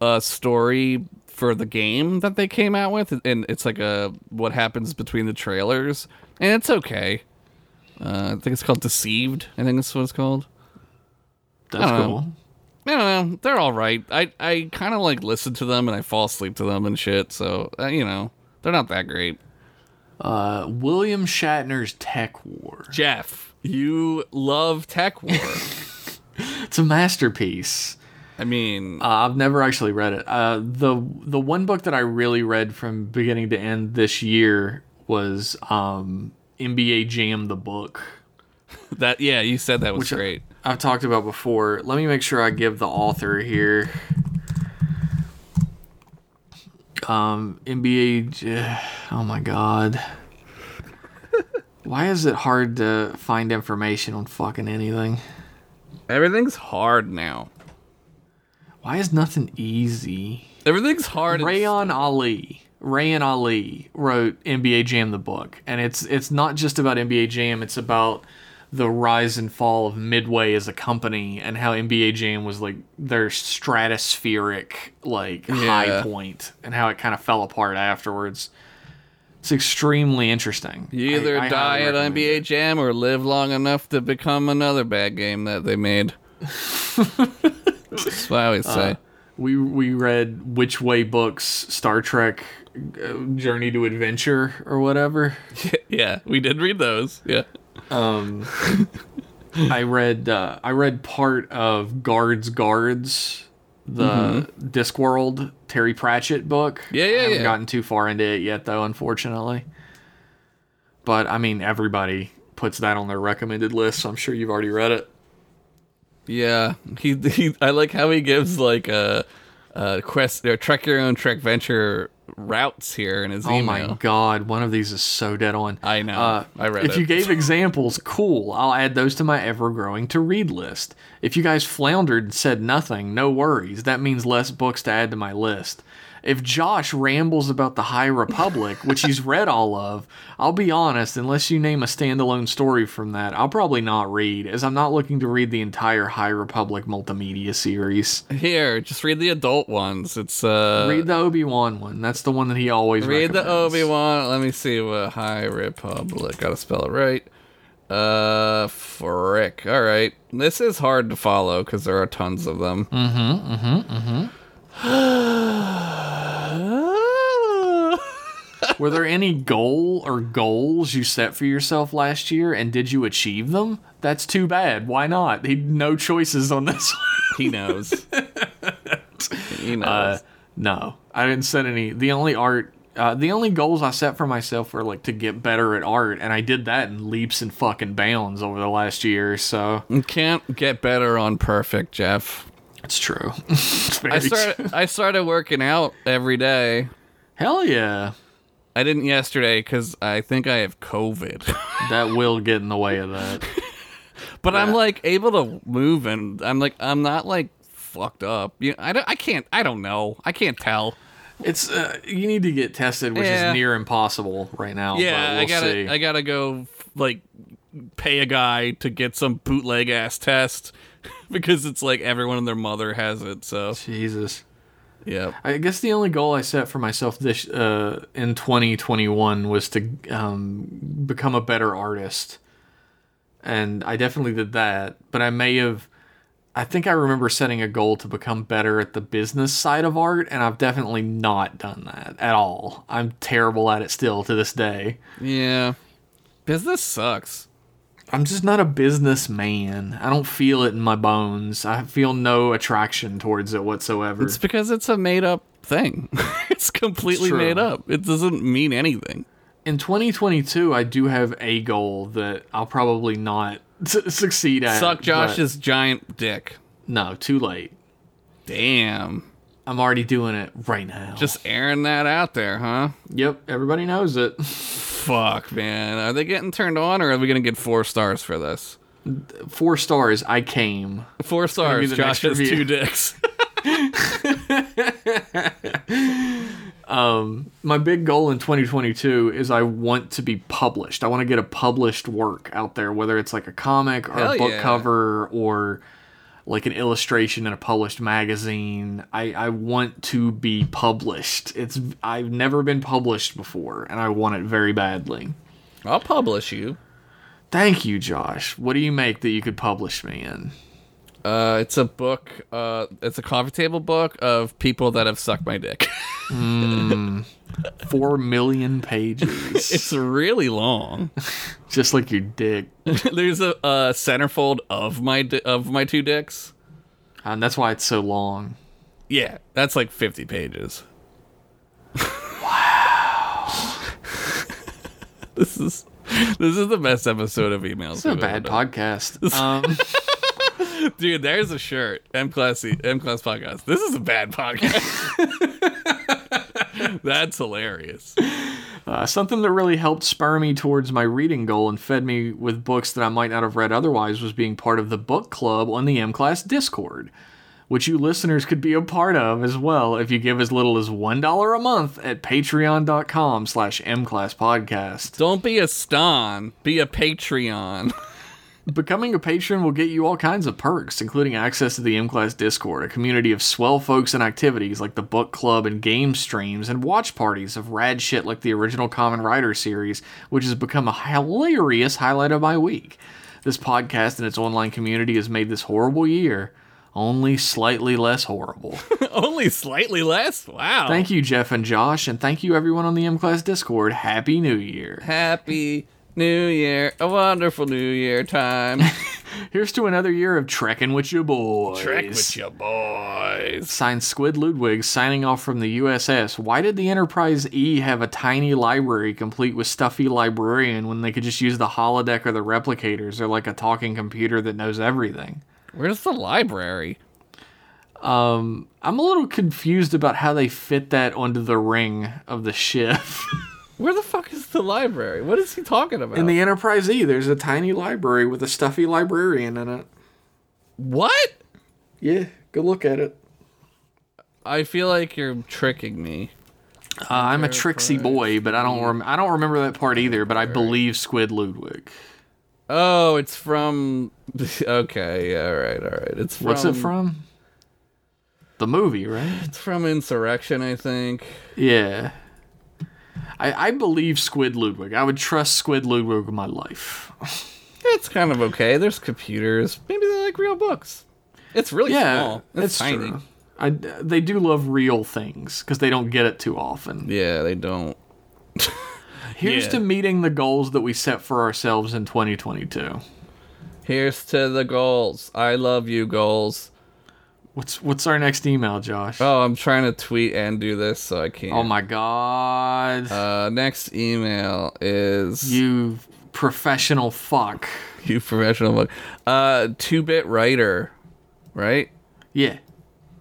[SPEAKER 2] uh, story for the game that they came out with, and it's like a what happens between the trailers, and it's okay. Uh, I think it's called Deceived. I think that's what it's called.
[SPEAKER 1] That's
[SPEAKER 2] don't know.
[SPEAKER 1] cool.
[SPEAKER 2] I don't know. They're all right. I I kind of like listen to them and I fall asleep to them and shit. So uh, you know they're not that great.
[SPEAKER 1] Uh, William Shatner's Tech War.
[SPEAKER 2] Jeff, you love Tech War.
[SPEAKER 1] It's a masterpiece.
[SPEAKER 2] I mean,
[SPEAKER 1] Uh, I've never actually read it. Uh, the the one book that I really read from beginning to end this year was um, NBA Jam the book,
[SPEAKER 2] that yeah, you said that was great.
[SPEAKER 1] I've talked about before. Let me make sure I give the author here. Um, NBA. J- Oh my god. Why is it hard to find information on fucking anything?
[SPEAKER 2] Everything's hard now.
[SPEAKER 1] Why is nothing easy?
[SPEAKER 2] Everything's hard. and
[SPEAKER 1] Rayon Ali. Rayon Ali wrote NBA Jam the book, and it's it's not just about NBA Jam. It's about the rise and fall of Midway as a company and how NBA Jam was like their stratospheric like high
[SPEAKER 2] Yeah.
[SPEAKER 1] point and how it kind of fell apart afterwards. It's extremely interesting.
[SPEAKER 2] You either
[SPEAKER 1] I- I
[SPEAKER 2] die
[SPEAKER 1] highly
[SPEAKER 2] at
[SPEAKER 1] recommend
[SPEAKER 2] NBA Jam or live long enough to become another bad game that they made. That's what I always
[SPEAKER 1] Uh,
[SPEAKER 2] say.
[SPEAKER 1] We we read Which Way Books Star Trek uh, Journey to Adventure or whatever.
[SPEAKER 2] yeah, we did read those. Yeah.
[SPEAKER 1] I read uh, I read part of Guards Guards, the Discworld Terry Pratchett book.
[SPEAKER 2] Mm-hmm. Yeah, yeah,
[SPEAKER 1] I haven't
[SPEAKER 2] yeah.
[SPEAKER 1] gotten too far into it yet, though, unfortunately. But I mean, everybody puts that on their recommended list, so I'm sure you've already read it.
[SPEAKER 2] Yeah. He, he I like how he gives like a, a quest or trek your own trek venture routes here in his
[SPEAKER 1] Oh my
[SPEAKER 2] email.
[SPEAKER 1] god, one of these is so dead on.
[SPEAKER 2] I know.
[SPEAKER 1] Uh,
[SPEAKER 2] I read
[SPEAKER 1] if
[SPEAKER 2] it.
[SPEAKER 1] you gave examples, cool. I'll add those to my ever growing to read list. If you guys floundered and said nothing, no worries. That means less books to add to my list. If Josh rambles about the High Republic, which he's read all of, I'll be honest, unless you name a standalone story from that, I'll probably not read, as I'm not looking to read the entire High Republic multimedia series.
[SPEAKER 2] Uh, here, just read the adult ones. It's uh
[SPEAKER 1] read the Obi Wan one. That's the one that he always
[SPEAKER 2] Read the
[SPEAKER 1] recommends.
[SPEAKER 2] Obi Wan. Let me see what High Republic. Gotta spell it right. Uh, frick. All right, this is hard to follow because there are tons of them. Mm-hmm. Mm-hmm. Mm-hmm.
[SPEAKER 1] Were there any goal or goals you set for yourself last year, and did you achieve them? That's too bad. Why not? He no choices on this. one.
[SPEAKER 2] he knows. he knows.
[SPEAKER 1] Uh, no, I didn't set any. The only art, uh, the only goals I set for myself were like to get better at art, and I did that in leaps and fucking bounds over the last year. So
[SPEAKER 2] you can't get better on perfect, Jeff.
[SPEAKER 1] it's true. It's very
[SPEAKER 2] I
[SPEAKER 1] true.
[SPEAKER 2] started. I started working out every day.
[SPEAKER 1] Hell yeah,
[SPEAKER 2] I didn't yesterday because I think I have COVID.
[SPEAKER 1] that will get in the way of that.
[SPEAKER 2] But I'm like able to move, and I'm like I'm not like fucked up. You, I don't, I can't, I don't know, I can't tell.
[SPEAKER 1] It's uh, you need to get tested, which
[SPEAKER 2] Yeah.
[SPEAKER 1] is near impossible right now. but
[SPEAKER 2] Yeah,
[SPEAKER 1] we'll
[SPEAKER 2] I gotta,
[SPEAKER 1] see.
[SPEAKER 2] I gotta go like pay a guy to get some bootleg ass test because it's like everyone and their mother has it. So
[SPEAKER 1] Jesus.
[SPEAKER 2] Yep.
[SPEAKER 1] I guess the only goal I set for myself this uh, in 2021 was to um, become a better artist, and I definitely did that. But I may have, I think I remember setting a goal to become better at the business side of art, and I've definitely not done that at all. I'm terrible at it still to this day.
[SPEAKER 2] Yeah. Business sucks.
[SPEAKER 1] I'm just not a businessman. I don't feel it in my bones. I feel no attraction towards it whatsoever.
[SPEAKER 2] It's because it's a made up thing. it's completely
[SPEAKER 1] It's true.
[SPEAKER 2] made up. It doesn't mean anything.
[SPEAKER 1] in 2022 i do have a goal that i'll probably not s- succeed at
[SPEAKER 2] Suck
[SPEAKER 1] but
[SPEAKER 2] Josh's giant dick.
[SPEAKER 1] no too late
[SPEAKER 2] Damn.
[SPEAKER 1] i'm already doing it right now
[SPEAKER 2] Just airing that out there, huh?
[SPEAKER 1] yep everybody knows it
[SPEAKER 2] Fuck, man. Are they getting turned on or are we going to get four stars for this?
[SPEAKER 1] four stars i came
[SPEAKER 2] Four
[SPEAKER 1] be
[SPEAKER 2] stars.
[SPEAKER 1] the
[SPEAKER 2] Josh has
[SPEAKER 1] next review.
[SPEAKER 2] two dicks.
[SPEAKER 1] my big goal in 2022 is i want to be published i want to get a published work out there whether it's like a comic or
[SPEAKER 2] Hell
[SPEAKER 1] a book
[SPEAKER 2] yeah.
[SPEAKER 1] cover or like an illustration in a published magazine I, I want to be published it's i've never been published before and i want it very badly
[SPEAKER 2] I'll publish you.
[SPEAKER 1] Thank you, Josh. What do you make that you could publish me in?
[SPEAKER 2] Uh, it's a book. Uh, it's a coffee table book of people that have sucked my dick.
[SPEAKER 1] Four million pages.
[SPEAKER 2] it's really long.
[SPEAKER 1] Just like your dick.
[SPEAKER 2] There's a, a centerfold of my di- of my two dicks.
[SPEAKER 1] And that's why it's so long.
[SPEAKER 2] Yeah, that's like 50 pages. wow. this is this is the best episode of emails.
[SPEAKER 1] It's a bad podcast. Um,
[SPEAKER 2] Dude, there's a shirt. M class E, M class podcast. This is a bad podcast. That's hilarious.
[SPEAKER 1] uh, something that really helped spur me towards my reading goal and fed me with books that I might not have read otherwise was being part of the book club on the M Class Discord, which you listeners could be a part of as well if you give as little as $1 a month at patreon.com slash mclasspodcast.
[SPEAKER 2] Don't be a ston, be a Patreon.
[SPEAKER 1] Becoming a patron will get you all kinds of perks, including access to the M Class Discord, a community of swell folks and activities like the book club and game streams, and watch parties of rad shit like the original Common Rider series, which has become a hilarious highlight of my week. This podcast and its online community has made this horrible year only slightly less horrible.
[SPEAKER 2] Only slightly less. Wow.
[SPEAKER 1] thank you, Jeff and Josh, and thank you everyone on the M Class Discord. Happy New Year.
[SPEAKER 2] Happy New Year. A wonderful New Year time.
[SPEAKER 1] Here's to another year of trekking with your boys.
[SPEAKER 2] your boys.
[SPEAKER 1] Signed Squid Ludwig signing off from the USS. Why did the Enterprise E have a tiny library complete with stuffy librarian when they could just use the holodeck or the replicators or like a talking computer that knows everything?
[SPEAKER 2] Where's the library?
[SPEAKER 1] I'm a little confused about how they fit that onto the ring of the ship.
[SPEAKER 2] Where the fuck is the library? What is he talking about?
[SPEAKER 1] In the Enterprise E, there's a tiny library with a stuffy librarian in it.
[SPEAKER 2] what?
[SPEAKER 1] Yeah, go look at it.
[SPEAKER 2] I feel like you're tricking me.
[SPEAKER 1] Uh, I'm a tricksy boy, but I don't rem- I don't remember that part either. But I believe Squid Ludwig.
[SPEAKER 2] Oh, it's from. Okay, yeah, all right, all right. It's from,
[SPEAKER 1] What's it from? The movie, right?
[SPEAKER 2] It's from Insurrection, I think.
[SPEAKER 1] Yeah. I, I believe Squid Ludwig. I would trust Squid Ludwig with my life.
[SPEAKER 2] It's kind of okay. There's computers. Maybe they like real books. It's really
[SPEAKER 1] Yeah,
[SPEAKER 2] small.
[SPEAKER 1] that's
[SPEAKER 2] It's tiny.
[SPEAKER 1] true. I, they do love real things because they don't get it too often.
[SPEAKER 2] Yeah, they don't.
[SPEAKER 1] Here's
[SPEAKER 2] Yeah.
[SPEAKER 1] to meeting the goals that we set for ourselves in 2022.
[SPEAKER 2] Here's to the goals. I love you, goals.
[SPEAKER 1] What's what's our next email, Josh?
[SPEAKER 2] Oh, I'm trying to tweet and do this, so I can't.
[SPEAKER 1] oh my God!
[SPEAKER 2] Uh, next email is you,
[SPEAKER 1] you professional fuck.
[SPEAKER 2] professional book. Uh, two bit writer, right?
[SPEAKER 1] Yeah.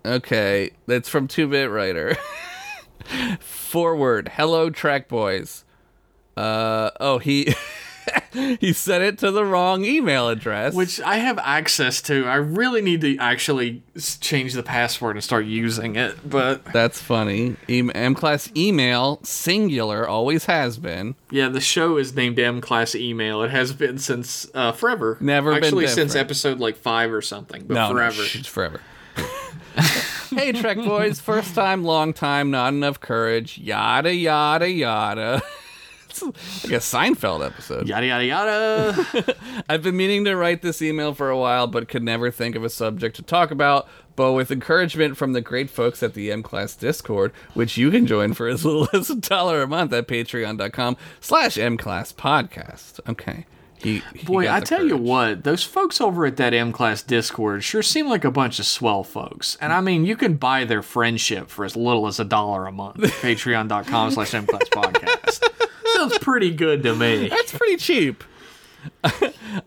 [SPEAKER 2] Okay, that's from two bit writer. Forward, hello track boys. Uh, oh he he sent it to the wrong email address.
[SPEAKER 1] Which I have access to. I really need to actually s- change the password and start using it, but
[SPEAKER 2] that's funny. E- M class email singular always has been.
[SPEAKER 1] Yeah, the show is named M Class Email. It has been since uh, forever.
[SPEAKER 2] Never been
[SPEAKER 1] actually since
[SPEAKER 2] different.
[SPEAKER 1] episode like five or something, but
[SPEAKER 2] No, no,
[SPEAKER 1] forever.
[SPEAKER 2] sh- it's forever. hey, Trek Boys, first time, long time, not enough courage, yada, yada, yada. it's like a Seinfeld episode.
[SPEAKER 1] Yada yada yada.
[SPEAKER 2] I've been meaning to write this email for a while, but could never think of a subject to talk about. But with encouragement from the great folks at the M Class Discord, which you can join for as little as a dollar a month at patreon.com slash M Class Podcast. Okay. He, he
[SPEAKER 1] Boy,
[SPEAKER 2] got
[SPEAKER 1] I
[SPEAKER 2] the
[SPEAKER 1] tell you
[SPEAKER 2] courage.
[SPEAKER 1] what, those folks over at that M Class Discord sure seem like a bunch of swell folks. And I mean, you can buy their friendship for as little as a dollar a month. Patreon.com slash M Class Podcast. Sounds pretty good to me.
[SPEAKER 2] That's pretty cheap.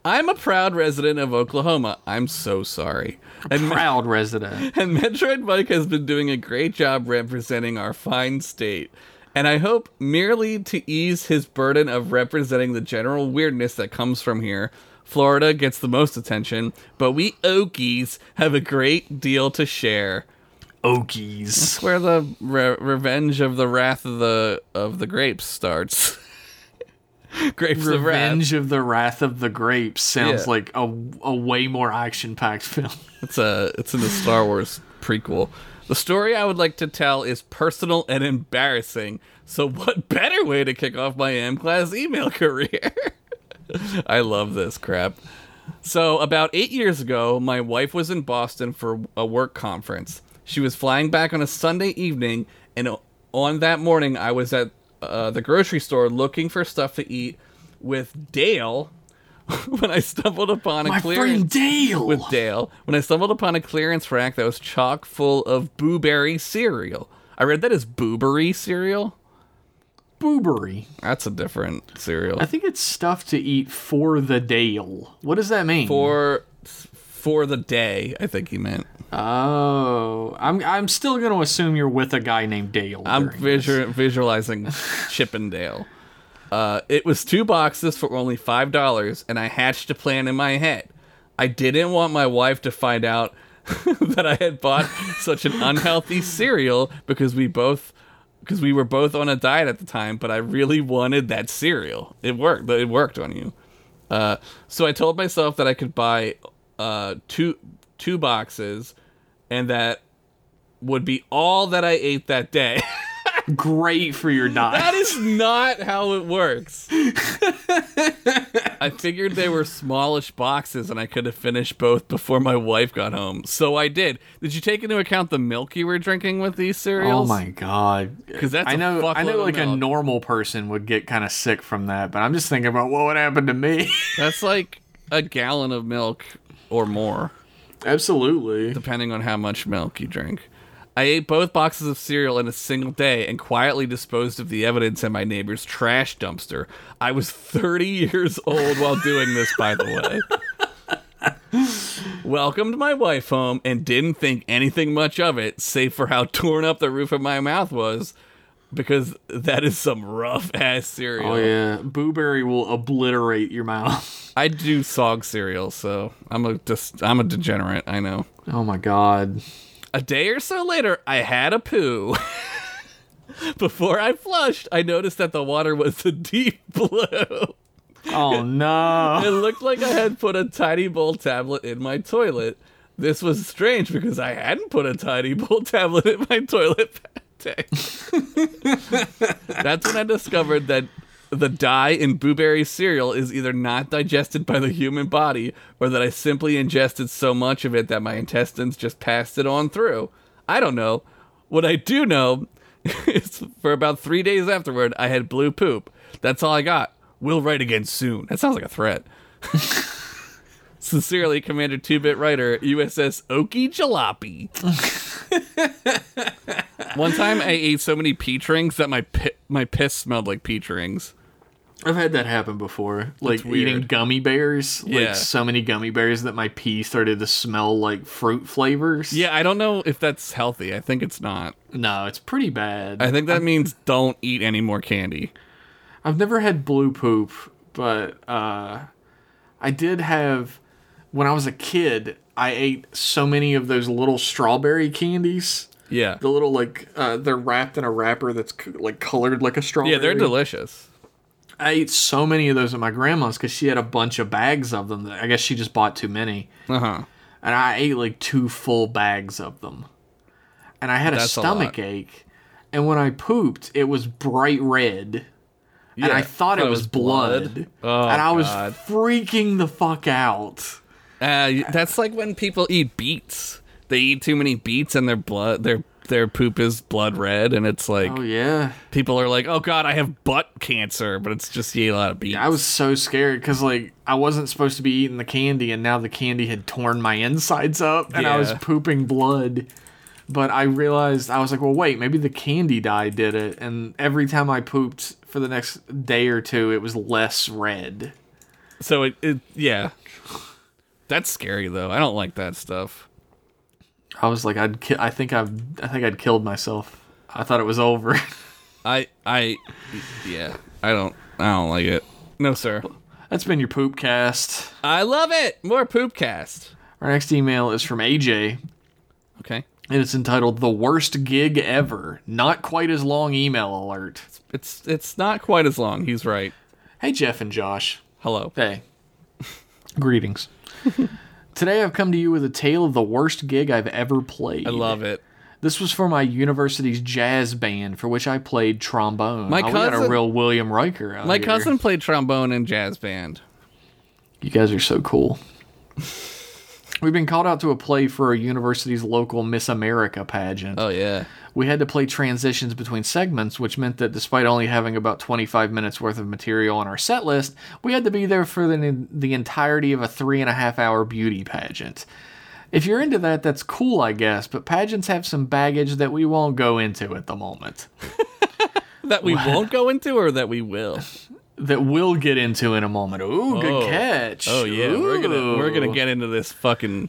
[SPEAKER 2] I'm a proud resident of Oklahoma. I'm so sorry. And
[SPEAKER 1] Proud resident.
[SPEAKER 2] And Metroid Mike has been doing a great job representing our fine state. And I hope merely to ease his burden of representing the general weirdness that comes from here, Florida gets the most attention, but we Okies have a great deal to share.
[SPEAKER 1] Okies.
[SPEAKER 2] Where the re- revenge of the wrath of the of the grapes starts. grapes of wrath.
[SPEAKER 1] Revenge of the Wrath of the Grapes sounds
[SPEAKER 2] Yeah.
[SPEAKER 1] like a, a way more action packed film.
[SPEAKER 2] It's a it's in the Star Wars prequel. The story I would like to tell is personal and embarrassing. So what better way to kick off my M class email career? I love this crap. So about 8 years ago, my wife was in Boston for a work conference. She was flying back on a Sunday evening and o- on that morning I was at uh, the grocery store looking for stuff to eat with Dale when I stumbled upon a
[SPEAKER 1] My
[SPEAKER 2] clearance
[SPEAKER 1] friend Dale.
[SPEAKER 2] with Dale when I stumbled upon a clearance rack that was chock full of booberry cereal. I read that as booberry cereal.
[SPEAKER 1] Boobery.
[SPEAKER 2] That's a different cereal.
[SPEAKER 1] I think it's stuff to eat for the Dale. What does that mean?
[SPEAKER 2] For for the day, I think he meant.
[SPEAKER 1] Oh, I'm I'm still going to assume you're with a guy named Dale.
[SPEAKER 2] I'm
[SPEAKER 1] during this.
[SPEAKER 2] visual, visualizing Chippendale. Uh, it was two boxes for only five dollars, and I hatched a plan in my head. I didn't want my wife to find out that I had bought such an unhealthy cereal because we both because we were both on a diet at the time. But I really wanted that cereal. It worked. It worked on you. Uh, so I told myself that I could buy uh, two two boxes, and that would be all that I ate that day.
[SPEAKER 1] great for your diet.
[SPEAKER 2] That is not how it works. I figured they were smallish boxes and I could have finished both before my wife got home. So I did. Did you take into account the milk you were drinking with these
[SPEAKER 1] Oh
[SPEAKER 2] cereals?
[SPEAKER 1] my god!
[SPEAKER 2] 'Cause that's
[SPEAKER 1] I
[SPEAKER 2] a
[SPEAKER 1] know. I
[SPEAKER 2] fuckload
[SPEAKER 1] know,
[SPEAKER 2] of
[SPEAKER 1] like a
[SPEAKER 2] milk.
[SPEAKER 1] normal person would get kind of sick from that, but I'm just thinking about what would happen to me.
[SPEAKER 2] That's like a gallon of milk or more,
[SPEAKER 1] Absolutely.
[SPEAKER 2] depending on how much milk you drink. I ate both boxes of cereal in a single day and quietly disposed of the evidence in my neighbor's trash dumpster. I was 30 years old while doing this, by the way. welcomed my wife home and didn't think anything much of it, save for how torn up the roof of my mouth was, because that is some rough ass cereal.
[SPEAKER 1] Oh yeah, booberry will obliterate your mouth.
[SPEAKER 2] I do sog cereal, so I'm a just I'm a degenerate. I know.
[SPEAKER 1] Oh my god.
[SPEAKER 2] A day or so later, I had a poo. Before I flushed, I noticed that the water was the deep blue.
[SPEAKER 1] Oh no.
[SPEAKER 2] It looked like I had put a tiny bowl tablet in my toilet. This was strange because I hadn't put a tiny bowl tablet in my toilet that day. That's when I discovered that the dye in blueberry cereal is either not digested by the human body or that I simply ingested so much of it that my intestines just passed it on through. I don't know. What I do know is for about three days afterward, I had blue poop. That's all I got. We'll write again soon. That sounds like a threat. Sincerely, Commander Two Bit Writer, USS Okie Jalopy. One time, I ate so many peach rings that my pi- my piss smelled like peach rings.
[SPEAKER 1] I've had that happen before. Like
[SPEAKER 2] weird.
[SPEAKER 1] eating gummy bears.
[SPEAKER 2] Yeah.
[SPEAKER 1] Like so many gummy bears that my pee started to smell like fruit flavors.
[SPEAKER 2] Yeah, I don't know if that's healthy. I think it's not.
[SPEAKER 1] No, it's pretty bad.
[SPEAKER 2] I think that means don't eat any more candy.
[SPEAKER 1] I've never had blue poop, but uh, I did have when I was a kid. I ate so many of those little strawberry candies.
[SPEAKER 2] Yeah,
[SPEAKER 1] The little like uh, they're wrapped in a wrapper that's co- like colored like a strawberry.
[SPEAKER 2] yeah, they're delicious.
[SPEAKER 1] I ate so many of those at my grandma's because she had a bunch of bags of them. That I guess she just bought too many,
[SPEAKER 2] Uh huh.
[SPEAKER 1] and I ate like two full bags of them. and I had a
[SPEAKER 2] That's a lot.
[SPEAKER 1] stomach ache. And when I pooped, it was bright red. and
[SPEAKER 2] Yeah,
[SPEAKER 1] I thought it was blood.
[SPEAKER 2] Oh,
[SPEAKER 1] and I was
[SPEAKER 2] God.
[SPEAKER 1] freaking the fuck out.
[SPEAKER 2] Uh, that's like when people eat beets. They eat too many beets and their blood their their poop is blood red and it's like
[SPEAKER 1] Oh, yeah.
[SPEAKER 2] people are like, "Oh god, I have butt cancer," but it's just you ate a lot of beets.
[SPEAKER 1] I was so scared because, like, I wasn't supposed to be eating the candy, and now the candy had torn my insides up, and I was
[SPEAKER 2] Yeah.
[SPEAKER 1] pooping blood. But I realized, I was like, well, wait, maybe the candy dye did it. And every time I pooped for the next day or two, it was less red.
[SPEAKER 2] so it, it yeah. That's scary though. I don't like that stuff.
[SPEAKER 1] I was like, I'd, ki- I think I've, I think I'd killed myself. I thought it was over.
[SPEAKER 2] I I yeah, I don't I don't like it. No, sir.
[SPEAKER 1] That's been your poop cast.
[SPEAKER 2] I love it. More poopcast.
[SPEAKER 1] Our next email is from AJ,
[SPEAKER 2] Okay.
[SPEAKER 1] and it's entitled "The Worst Gig Ever." Not quite as long email alert.
[SPEAKER 2] It's it's not quite as long. He's right.
[SPEAKER 1] Hey Jeff and Josh.
[SPEAKER 2] Hello.
[SPEAKER 1] Hey. Greetings. Today I've come to you with a tale of the worst gig I've ever played.
[SPEAKER 2] I love it.
[SPEAKER 1] This was for my university's jazz band, for which I played trombone.
[SPEAKER 2] My
[SPEAKER 1] Oh, we got a
[SPEAKER 2] cousin-
[SPEAKER 1] real William Riker. Out
[SPEAKER 2] My
[SPEAKER 1] here.
[SPEAKER 2] cousin played trombone in jazz band.
[SPEAKER 1] You guys are so cool. We've been called out to a play for a university's local Miss America pageant.
[SPEAKER 2] Oh yeah.
[SPEAKER 1] we had to play transitions between segments, which meant that despite only having about 25 minutes worth of material on our set list, we had to be there for the, the entirety of a three and a half hour beauty pageant. If you're into that, that's cool, I guess, but pageants have some baggage that we won't go into at the moment,
[SPEAKER 2] That we won't go into or that we will.
[SPEAKER 1] that we'll get into in a moment. Ooh,
[SPEAKER 2] Oh.
[SPEAKER 1] good catch.
[SPEAKER 2] Oh yeah, we're gonna we're gonna
[SPEAKER 1] Ooh.
[SPEAKER 2] get into this fucking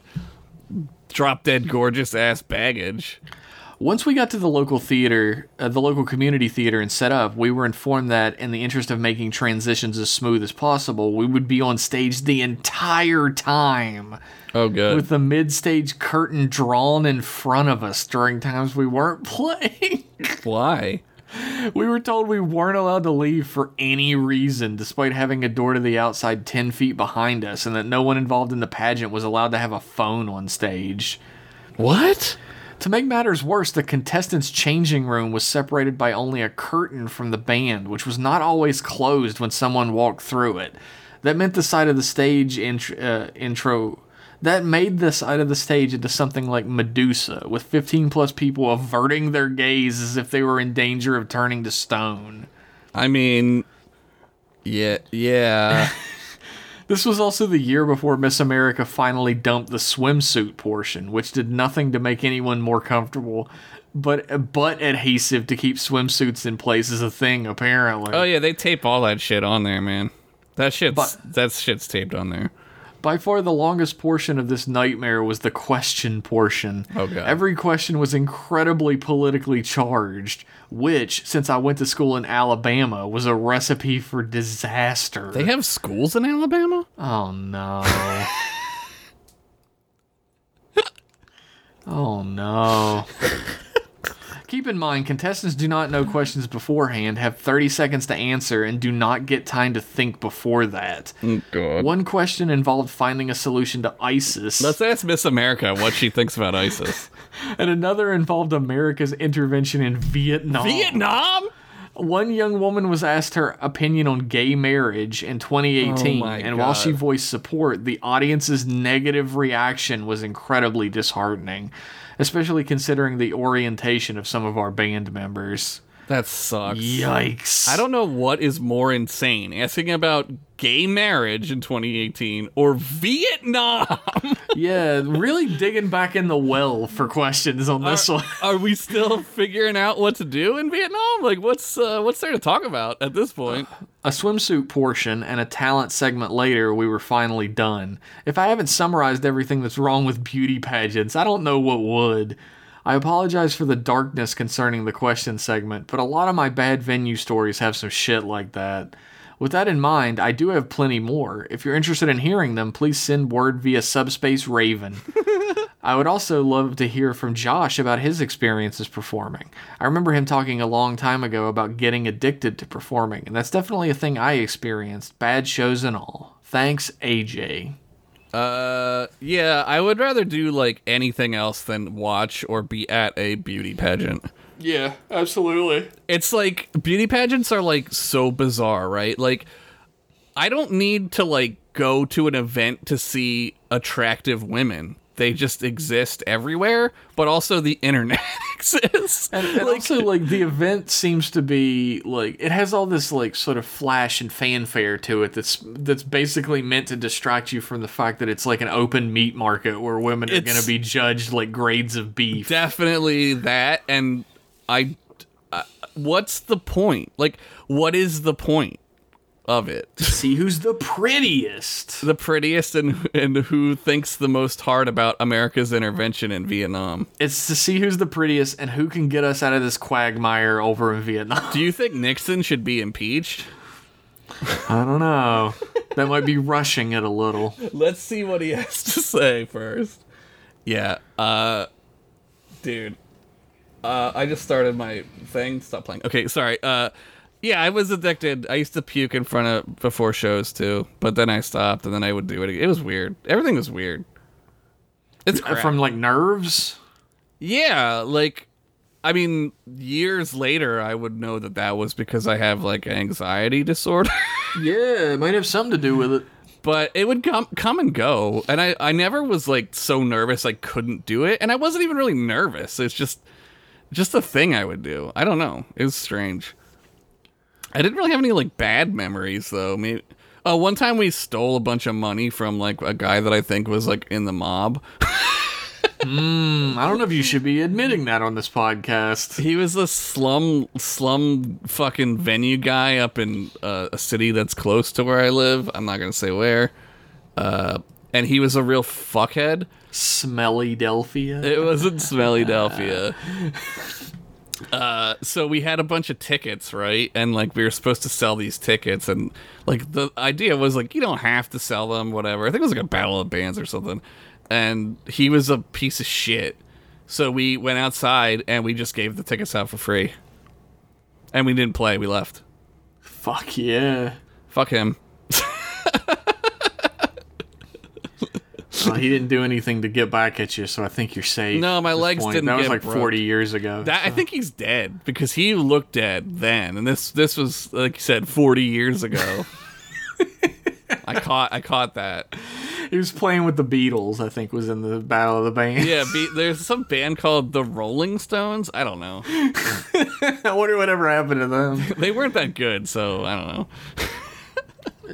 [SPEAKER 2] drop dead gorgeous ass baggage.
[SPEAKER 1] Once we got to the local theater, uh, the local community theater, and set up, we were informed that, in the interest of making transitions as smooth as possible, we would be on stage the entire time
[SPEAKER 2] Oh good.
[SPEAKER 1] with the mid stage curtain drawn in front of us during times we weren't playing.
[SPEAKER 2] Why?
[SPEAKER 1] we were told we weren't allowed to leave for any reason, despite having a door to the outside 10 feet behind us, and that no one involved in the pageant was allowed to have a phone on stage.
[SPEAKER 2] What?
[SPEAKER 1] To make matters worse, the contestants' changing room was separated by only a curtain from the band, which was not always closed when someone walked through it. That meant the side of the stage intro. Uh, intro that made the side of the stage into something like Medusa, with 15 plus people averting their gaze as if they were in danger of turning to stone.
[SPEAKER 2] I mean Yeah yeah.
[SPEAKER 1] This was also the year before Miss America finally dumped the swimsuit portion, which did nothing to make anyone more comfortable, but but adhesive to keep swimsuits in place is a thing apparently.
[SPEAKER 2] oh yeah, they tape all that shit on there, man. That shit's
[SPEAKER 1] But-
[SPEAKER 2] that shit's taped on there.
[SPEAKER 1] By far the longest portion of this nightmare was the question portion.
[SPEAKER 2] Oh, God.
[SPEAKER 1] Every question was incredibly politically charged, which since I went to school in Alabama was a recipe for disaster.
[SPEAKER 2] They have schools in Alabama?
[SPEAKER 1] Oh no. oh no. Keep in mind, contestants do not know questions beforehand, have 30 seconds to answer, and do not get time to think before that.
[SPEAKER 2] Oh, God.
[SPEAKER 1] One question involved finding a solution to ISIS,
[SPEAKER 2] Let's ask Miss America what she thinks about ISIS.
[SPEAKER 1] and another involved America's intervention in Vietnam.
[SPEAKER 2] Oh. Vietnam?
[SPEAKER 1] One young woman was asked her opinion on gay marriage in 2018,
[SPEAKER 2] Oh my
[SPEAKER 1] and while she
[SPEAKER 2] God.
[SPEAKER 1] voiced support, the audience's negative reaction was incredibly disheartening, especially considering the orientation of some of our band members.
[SPEAKER 2] That sucks.
[SPEAKER 1] Yikes.
[SPEAKER 2] I don't know what is more insane asking about gay marriage in 2018 or Vietnam.
[SPEAKER 1] Yeah, really digging back in the well for questions on this one.
[SPEAKER 2] Are we still figuring out what to do in Vietnam? Like, what's uh, what's there to talk about at this point?
[SPEAKER 1] A swimsuit portion and a talent segment later, we were finally done. If I haven't summarized everything that's wrong with beauty pageants, I don't know what would. I apologize for the darkness concerning the question segment, but a lot of my bad venue stories have some shit like that. With that in mind, I do have plenty more. If you're interested in hearing them, please send word via Subspace Raven. I would also love to hear from Josh about his experiences performing. I remember him talking a long time ago about getting addicted to performing, and that's definitely a thing I experienced, bad shows and all. Thanks, AJ.
[SPEAKER 2] Uh, yeah, I would rather do like anything else than watch or be at a beauty pageant.
[SPEAKER 1] Yeah, absolutely.
[SPEAKER 2] It's like beauty pageants are like so bizarre, right? Like I don't need to like go to an event to see attractive women. They just exist everywhere, but also the internet exists.
[SPEAKER 1] And also, like the event seems to be like it has all this like sort of flash and fanfare to it. That's that's basically meant to distract you from the fact that it's like an open meat market where women are going
[SPEAKER 2] It's-
[SPEAKER 1] to be judged like grades of beef.
[SPEAKER 2] definitely that and I uh, what's the point? Like what is the point of it?
[SPEAKER 1] See who's the prettiest.
[SPEAKER 2] the prettiest and and who thinks the most hard about America's intervention in Vietnam.
[SPEAKER 1] It's to see who's the prettiest and who can get us out of this quagmire over in Vietnam.
[SPEAKER 2] Do you think Nixon should be impeached?
[SPEAKER 1] I don't know. That might be rushing it a little. Uh,
[SPEAKER 2] Let's see what he has to say first. Yeah, uh dude. Uh I just started my thing. Stop playing. Okay, sorry. Uh yeah, I was addicted. I used to puke in front of before shows too, but then I stopped and then I would do it. again. It was weird. Everything was weird. It's crap.
[SPEAKER 1] From like nerves.
[SPEAKER 2] Yeah, like I mean, years later I would know that that was because I have like anxiety disorder.
[SPEAKER 1] Yeah, it might have something to do with it.
[SPEAKER 2] but it would come come and go, and I I never was like so nervous I couldn't do it, and I wasn't even really nervous. It's just just a thing I would do. I don't know. It was strange. I didn't really have any like bad memories though. Maybe uh, one time we stole a bunch of money from like a guy that I think was like in the mob.
[SPEAKER 1] Hmm, I don't know if you should be admitting that on this podcast.
[SPEAKER 2] He was a slum slum fucking venue guy up in uh, a city that's close to where I live. I'm not gonna say where. Uh, and he was a real fuckhead.
[SPEAKER 1] Smelly Delphia.
[SPEAKER 2] It wasn't Smelly Delphia. Uh, so we had a bunch of tickets, right? And like we were supposed to sell these tickets, and like the idea was like you don't have to sell them, whatever. I think it was like a battle of bands or something. And he was a piece of shit. So we went outside and we just gave the tickets out for free. And we didn't play. We left.
[SPEAKER 1] Fuck yeah.
[SPEAKER 2] Fuck him.
[SPEAKER 1] Well, he didn't do anything to get back at you, so I think you're safe.
[SPEAKER 2] No, my
[SPEAKER 1] at this
[SPEAKER 2] legs didn't
[SPEAKER 1] That was
[SPEAKER 2] get
[SPEAKER 1] like
[SPEAKER 2] broke.
[SPEAKER 1] 40 years ago.
[SPEAKER 2] That I think he's dead because he looked dead then, and this this was like you said, forty years ago. I caught I caught that.
[SPEAKER 1] he was playing with the Beatles, I think, was in the Battle of the Bands.
[SPEAKER 2] Yeah, be, there's some band called the Rolling Stones. I don't know.
[SPEAKER 1] I wonder whatever happened to them.
[SPEAKER 2] They weren't that good, so I don't know.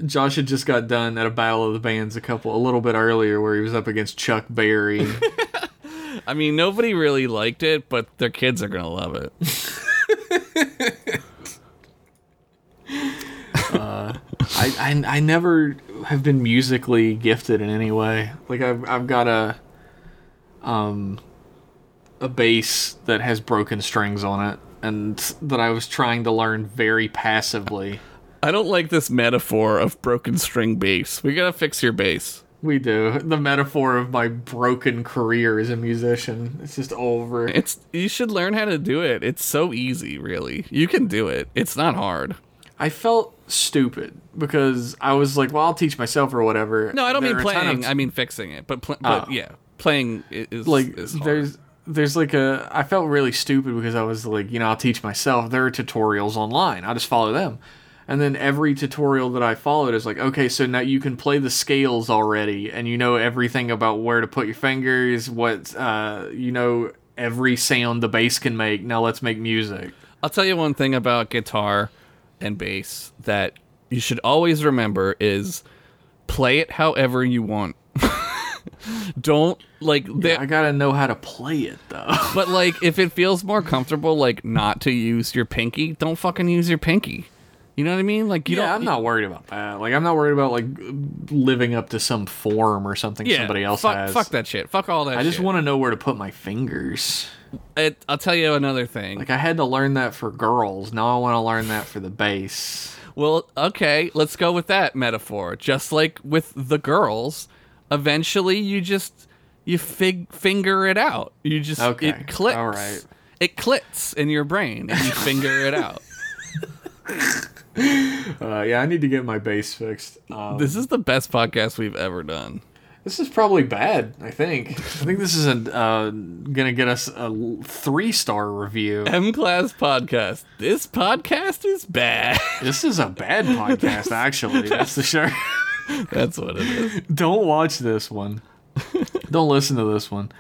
[SPEAKER 1] Josh had just got done at a Battle of the Bands a couple, a little bit earlier where he was up against Chuck Berry.
[SPEAKER 2] I mean, nobody really liked it, but their kids are gonna love it.
[SPEAKER 1] I, I, I never have been musically gifted in any way. Like I've I've got a um a bass that has broken strings on it and that I was trying to learn very passively.
[SPEAKER 2] I don't like this metaphor of broken string bass. We gotta fix your bass.
[SPEAKER 1] We do. The metaphor of my broken career as a musician. It's just over.
[SPEAKER 2] It's you should learn how to do it. It's so easy, really. You can do it. It's not hard.
[SPEAKER 1] I felt stupid because I was like, well, I'll teach myself or whatever.
[SPEAKER 2] No, I don't
[SPEAKER 1] There
[SPEAKER 2] mean
[SPEAKER 1] are a ton of
[SPEAKER 2] playing. I mean fixing it. But, pl- but
[SPEAKER 1] Oh.
[SPEAKER 2] yeah, playing i- is
[SPEAKER 1] like
[SPEAKER 2] is hard.
[SPEAKER 1] there's there's like a I felt really stupid because I was like, you know, I'll teach myself. There are tutorials online. I just follow them. And then every tutorial that I followed is like, okay, so now you can play the scales already and you know everything about where to put your fingers, what uh you know every sound the bass can make. Now let's make music.
[SPEAKER 2] I'll tell you one thing about guitar and bass that you should always remember is play it however you want. don't like the-
[SPEAKER 1] I got to know how to play it though.
[SPEAKER 2] but like if it feels more comfortable like not to use your pinky, don't fucking use your pinky. You know what I mean? Like you
[SPEAKER 1] yeah,
[SPEAKER 2] don't
[SPEAKER 1] I'm not worried about that. Like I'm not worried about like living up to some form or something
[SPEAKER 2] yeah,
[SPEAKER 1] somebody else
[SPEAKER 2] fuck,
[SPEAKER 1] has.
[SPEAKER 2] Fuck that shit. Fuck all that
[SPEAKER 1] I just
[SPEAKER 2] shit.
[SPEAKER 1] want to know where to put my fingers.
[SPEAKER 2] It- I'll tell you another thing.
[SPEAKER 1] Like I had to learn that for girls. Now I want to learn that for the bass.
[SPEAKER 2] Well, okay, let's go with that metaphor. Just like with the girls, eventually you just you fig- finger it out. You just
[SPEAKER 1] Okay,
[SPEAKER 2] it clicks.
[SPEAKER 1] all right.
[SPEAKER 2] It clicks in your brain and you finger it out.
[SPEAKER 1] Uh, yeah, I need to get my bass fixed. Um,
[SPEAKER 2] This is the best podcast we've ever done.
[SPEAKER 1] This is probably bad. I think. I think this is a uh, gonna get us a three star review.
[SPEAKER 2] M Class Podcast. This podcast is bad.
[SPEAKER 1] This is a bad podcast, actually. That's the sure.
[SPEAKER 2] That's what it is.
[SPEAKER 1] Don't watch this one. Don't listen to this one.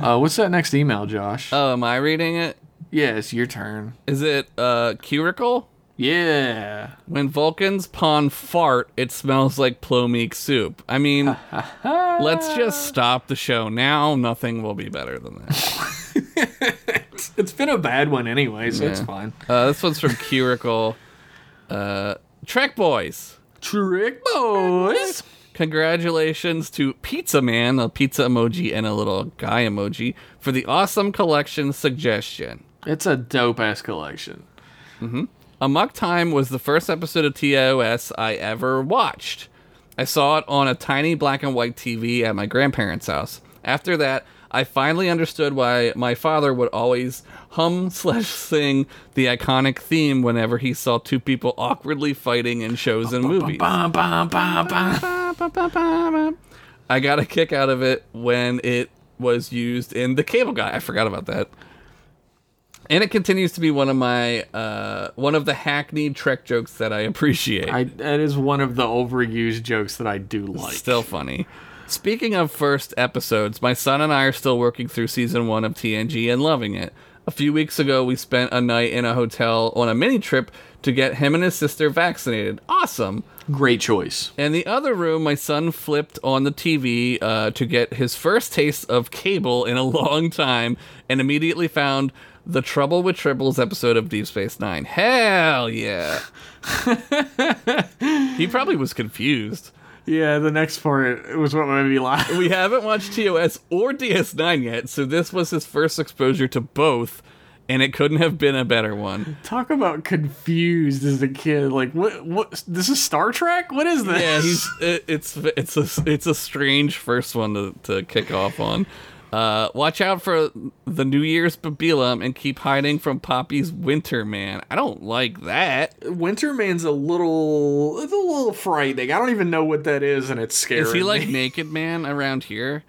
[SPEAKER 1] Uh, what's that next email, Josh?
[SPEAKER 2] Oh, am I reading it?
[SPEAKER 1] yeah, it's your turn.
[SPEAKER 2] Is it uh curicle?
[SPEAKER 1] Yeah.
[SPEAKER 2] When Vulcans pawn fart, it smells like plomeek soup. I mean, let's just stop the show now. Nothing will be better than that.
[SPEAKER 1] It's- it's been a bad one anyway, so it's
[SPEAKER 2] Yeah.
[SPEAKER 1] fine.
[SPEAKER 2] Uh, this one's from Curicle. Uh, Trek Boys.
[SPEAKER 1] Trick boys.
[SPEAKER 2] Congratulations to Pizza Man, a pizza emoji and a little guy emoji, for the awesome collection suggestion.
[SPEAKER 1] It's a dope ass collection.
[SPEAKER 2] Amok Time was the first episode of TOS I ever watched. I saw it on a tiny black and white TV at my grandparents' house. After that, I finally understood why my father would always hum slash sing the iconic theme whenever he saw two people awkwardly fighting in shows and movies.
[SPEAKER 1] Bum, bum, bum, bum.
[SPEAKER 2] I got a kick out of it when it was used in The Cable Guy. I forgot about that. And it continues to be one of my uh, one of the hackneyed Trek jokes that I appreciate.
[SPEAKER 1] I, that is one of the overused jokes that I do like.
[SPEAKER 2] Still funny. Speaking of first episodes, my son and I are still working through season one of TNG and loving it. A few weeks ago, we spent a night in a hotel on a mini trip to get him and his sister vaccinated. Awesome.
[SPEAKER 1] Great choice.
[SPEAKER 2] In the other room, my son flipped on the TV uh, to get his first taste of cable in a long time and immediately found the Trouble with Tribbles episode of Deep Space Nine. Hell yeah. he probably was confused.
[SPEAKER 1] Yeah, the next part it was what made me laugh.
[SPEAKER 2] We haven't watched TOS or DS9 yet, so this was his first exposure to both, and it couldn't have been a better one.
[SPEAKER 1] Talk about confused as a kid. Like, what? What? This is Star Trek? What is this?
[SPEAKER 2] Yeah, he's it, it's it's a it's a strange first one to, to kick off on. Uh, watch out for the New Year's Babylum and keep hiding from Poppy's Winter Man. I don't like that.
[SPEAKER 1] Winterman's a little, it's a little frightening. I don't even know what that is, and it's scary.
[SPEAKER 2] Is he like Naked Man around here?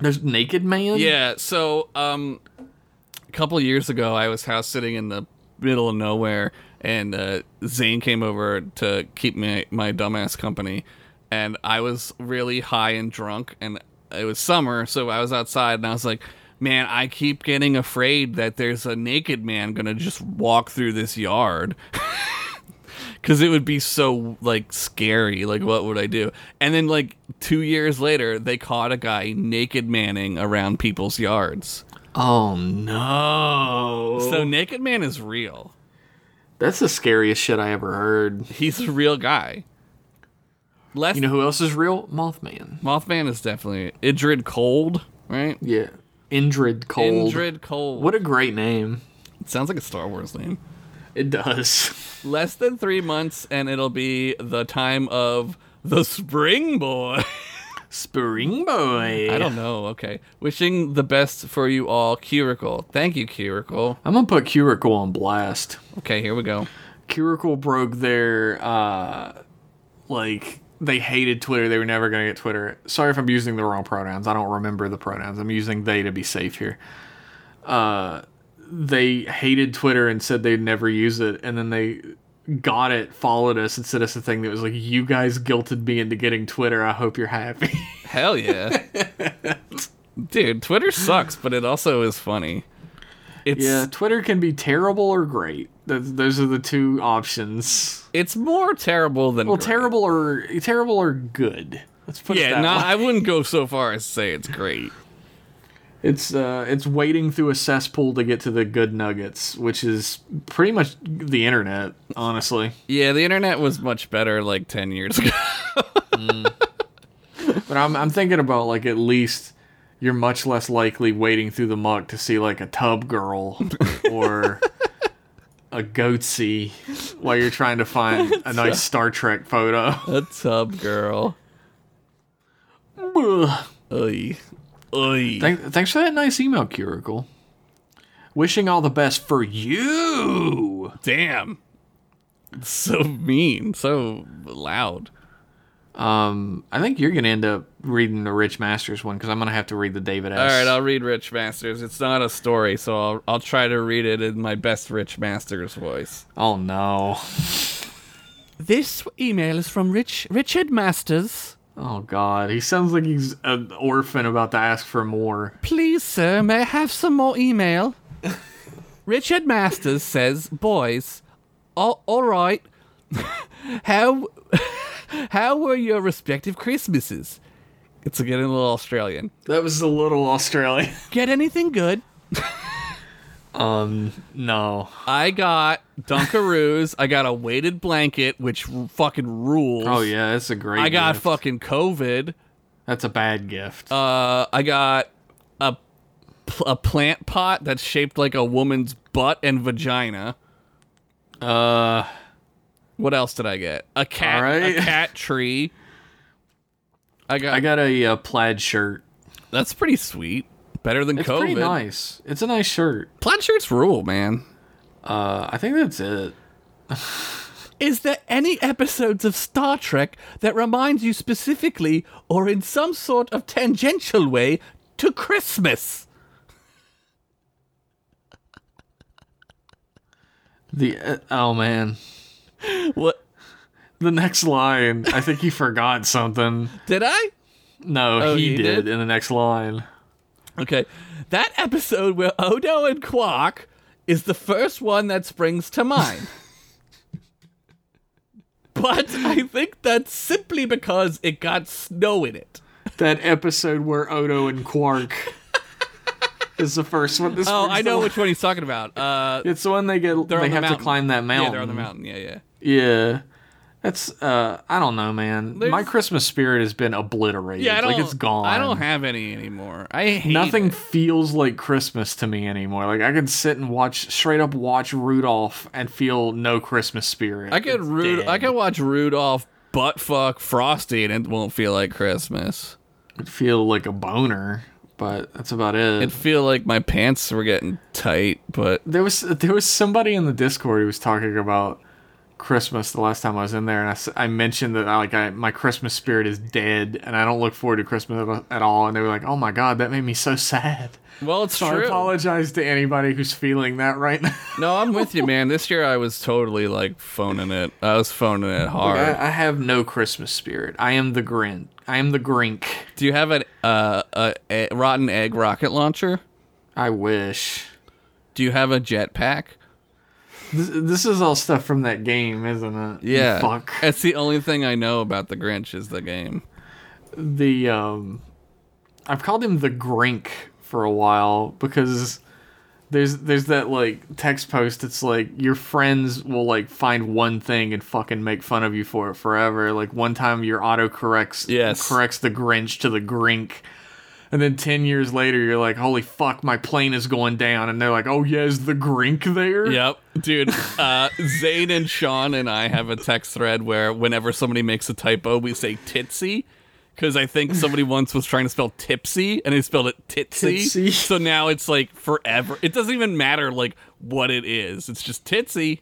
[SPEAKER 1] there's naked man?
[SPEAKER 2] Yeah. So, um, a couple years ago, I was house sitting in the middle of nowhere, and uh, Zane came over to keep my my dumbass company, and I was really high and drunk, and it was summer, so I was outside, and I was like. Man, I keep getting afraid that there's a naked man gonna just walk through this yard. Cause it would be so like scary. Like, what would I do? And then, like two years later, they caught a guy naked manning around people's yards.
[SPEAKER 1] Oh no.
[SPEAKER 2] So naked man is real.
[SPEAKER 1] That's the scariest shit I ever heard.
[SPEAKER 2] He's a real guy. Less
[SPEAKER 1] You know who else is real? Mothman.
[SPEAKER 2] Mothman is definitely Idrid Cold, right?
[SPEAKER 1] Yeah. Indrid Cold.
[SPEAKER 2] Idrid Cold.
[SPEAKER 1] What a great name.
[SPEAKER 2] It sounds like a Star Wars name.
[SPEAKER 1] It does.
[SPEAKER 2] Less than three months, and it'll be the time of the Spring Boy.
[SPEAKER 1] Spring Boy.
[SPEAKER 2] I don't know. Okay. Wishing the best for you all, Curicle. Thank you, Curicle.
[SPEAKER 1] I'm gonna put Curicle on blast.
[SPEAKER 2] Okay, here we go.
[SPEAKER 1] Curicle broke their uh like they hated Twitter. They were never gonna get Twitter. Sorry if I'm using the wrong pronouns. I don't remember the pronouns. I'm using they to be safe here. Uh they hated Twitter and said they'd never use it, and then they got it, followed us, and sent us a thing that was like, You guys guilted me into getting Twitter. I hope you're happy.
[SPEAKER 2] Hell yeah. Dude, Twitter sucks, but it also is funny. It's
[SPEAKER 1] yeah, Twitter can be terrible or great. Th- those are the two options.
[SPEAKER 2] it's more terrible than
[SPEAKER 1] Well,
[SPEAKER 2] great.
[SPEAKER 1] terrible or terrible or good. Let's put it
[SPEAKER 2] Yeah,
[SPEAKER 1] that
[SPEAKER 2] no,
[SPEAKER 1] way.
[SPEAKER 2] I wouldn't go so far as to say it's great.
[SPEAKER 1] It's uh, it's wading through a cesspool to get to the good nuggets, which is pretty much the internet, honestly.
[SPEAKER 2] Yeah, the internet was much better like 10 years ago.
[SPEAKER 1] But I'm I'm thinking about like at least you're much less likely wading through the muck to see like a tub girl or a goatsy while you're trying to find a nice Star Trek photo.
[SPEAKER 2] A tub girl. Oy. Oy.
[SPEAKER 1] Thank, thanks for that nice email, Curicle. Wishing all the best for you.
[SPEAKER 2] Damn. So mean, so loud.
[SPEAKER 1] Um, I think you're gonna end up reading the Rich Masters one because I'm gonna have to read the David S.
[SPEAKER 2] All right, I'll read Rich Masters. It's not a story, so I'll I'll try to read it in my best Rich Masters voice.
[SPEAKER 1] oh no.
[SPEAKER 2] This email is from Rich Richard Masters.
[SPEAKER 1] Oh God, he sounds like he's an orphan about to ask for more.
[SPEAKER 2] Please, sir, may I have some more email? Richard Masters says, "Boys, all, all right. how how were your respective Christmases?" It's getting a little Australian.
[SPEAKER 1] That was a little Australian.
[SPEAKER 2] Get anything good?
[SPEAKER 1] Um, no.
[SPEAKER 2] I got Dunkaroos. I got a weighted blanket, which r- fucking rules.
[SPEAKER 1] Oh yeah, that's a great.
[SPEAKER 2] I got
[SPEAKER 1] gift.
[SPEAKER 2] fucking COVID.
[SPEAKER 1] That's a bad gift.
[SPEAKER 2] Uh, I got a pl- a plant pot that's shaped like a woman's butt and vagina.
[SPEAKER 1] Uh,
[SPEAKER 2] What else did I get? A cat.
[SPEAKER 1] Alright.
[SPEAKER 2] A cat tree. I got,
[SPEAKER 1] I got a, uh plaid shirt.
[SPEAKER 2] That's pretty sweet. Better than
[SPEAKER 1] It's
[SPEAKER 2] COVID.
[SPEAKER 1] pretty nice. It's a nice shirt.
[SPEAKER 2] Plaid shirts rule, man.
[SPEAKER 1] Uh, I think that's it.
[SPEAKER 2] Is there any episodes of Star Trek that reminds you specifically or in some sort of tangential way to Christmas?
[SPEAKER 1] The uh, oh man,
[SPEAKER 2] What
[SPEAKER 1] the next line. I think he forgot something.
[SPEAKER 2] did I?
[SPEAKER 1] No, Oh, he
[SPEAKER 2] you
[SPEAKER 1] did
[SPEAKER 2] did?
[SPEAKER 1] in the next line.
[SPEAKER 2] Okay. That episode where Odo and Quark is the first one that springs to mind. but I think that's simply because it got snow in it.
[SPEAKER 1] That episode where Odo and Quark is the first one. This
[SPEAKER 2] Oh,
[SPEAKER 1] one's
[SPEAKER 2] I
[SPEAKER 1] the
[SPEAKER 2] know
[SPEAKER 1] one-
[SPEAKER 2] which one he's talking about. Uh,
[SPEAKER 1] It's the one they get.
[SPEAKER 2] on
[SPEAKER 1] they
[SPEAKER 2] the
[SPEAKER 1] have to
[SPEAKER 2] mountain.
[SPEAKER 1] climb that mountain.
[SPEAKER 2] yeah, they're on the mountain. Yeah, yeah.
[SPEAKER 1] Yeah. That's uh I don't know, man. My
[SPEAKER 2] There's-
[SPEAKER 1] Christmas spirit has been obliterated.
[SPEAKER 2] Yeah, I don't,
[SPEAKER 1] like it's gone.
[SPEAKER 2] I don't have any anymore. I hate
[SPEAKER 1] Nothing
[SPEAKER 2] it.
[SPEAKER 1] feels like Christmas to me anymore. Like I can sit and watch straight up watch Rudolph and feel no Christmas spirit.
[SPEAKER 2] I could
[SPEAKER 1] It's
[SPEAKER 2] Ru-
[SPEAKER 1] dead.
[SPEAKER 2] I could watch Rudolph butt fuck Frosty and it won't feel like Christmas.
[SPEAKER 1] It'd feel like a boner, but that's about it.
[SPEAKER 2] It'd feel like my pants were getting tight, but
[SPEAKER 1] there was there was somebody in the Discord who was talking about Christmas the last time I was in there, and I s- I, mentioned that I, like I, my Christmas spirit is dead, and I don't look forward to Christmas at- at all. And they were like, "Oh my god, that made me so sad."
[SPEAKER 2] well, it's
[SPEAKER 1] So I
[SPEAKER 2] true.
[SPEAKER 1] apologize to anybody who's feeling that right now.
[SPEAKER 2] No, I'm with you, man. This year I was totally like phoning it. I was phoning it hard.
[SPEAKER 1] I, I have no Christmas spirit. I am the grin. I am the grink.
[SPEAKER 2] Do you have an uh, a, a rotten egg rocket launcher?
[SPEAKER 1] I wish.
[SPEAKER 2] Do you have a jetpack?
[SPEAKER 1] This, this is all stuff from that game, isn't it?
[SPEAKER 2] Yeah.
[SPEAKER 1] Fuck.
[SPEAKER 2] That's the only thing I know about the Grinch is the game.
[SPEAKER 1] the um I've called him the Grink for a while because there's there's that like text post that's like your friends will like find one thing and fucking make fun of you for it forever. Like one time your auto corrects
[SPEAKER 2] Yes.
[SPEAKER 1] corrects the Grinch to the Grink. And then ten years later you're like, Holy fuck, my plane is going down and they're like, Oh yeah, is the Grink there?
[SPEAKER 2] Yep, dude. Uh, Zane and Sean and I have a text thread where whenever somebody makes a typo, we say titsy. Because I think somebody once was trying to spell tipsy and they spelled it titsy.
[SPEAKER 1] Titsy.
[SPEAKER 2] So now it's like forever. It doesn't even matter like what it is. It's just titsy,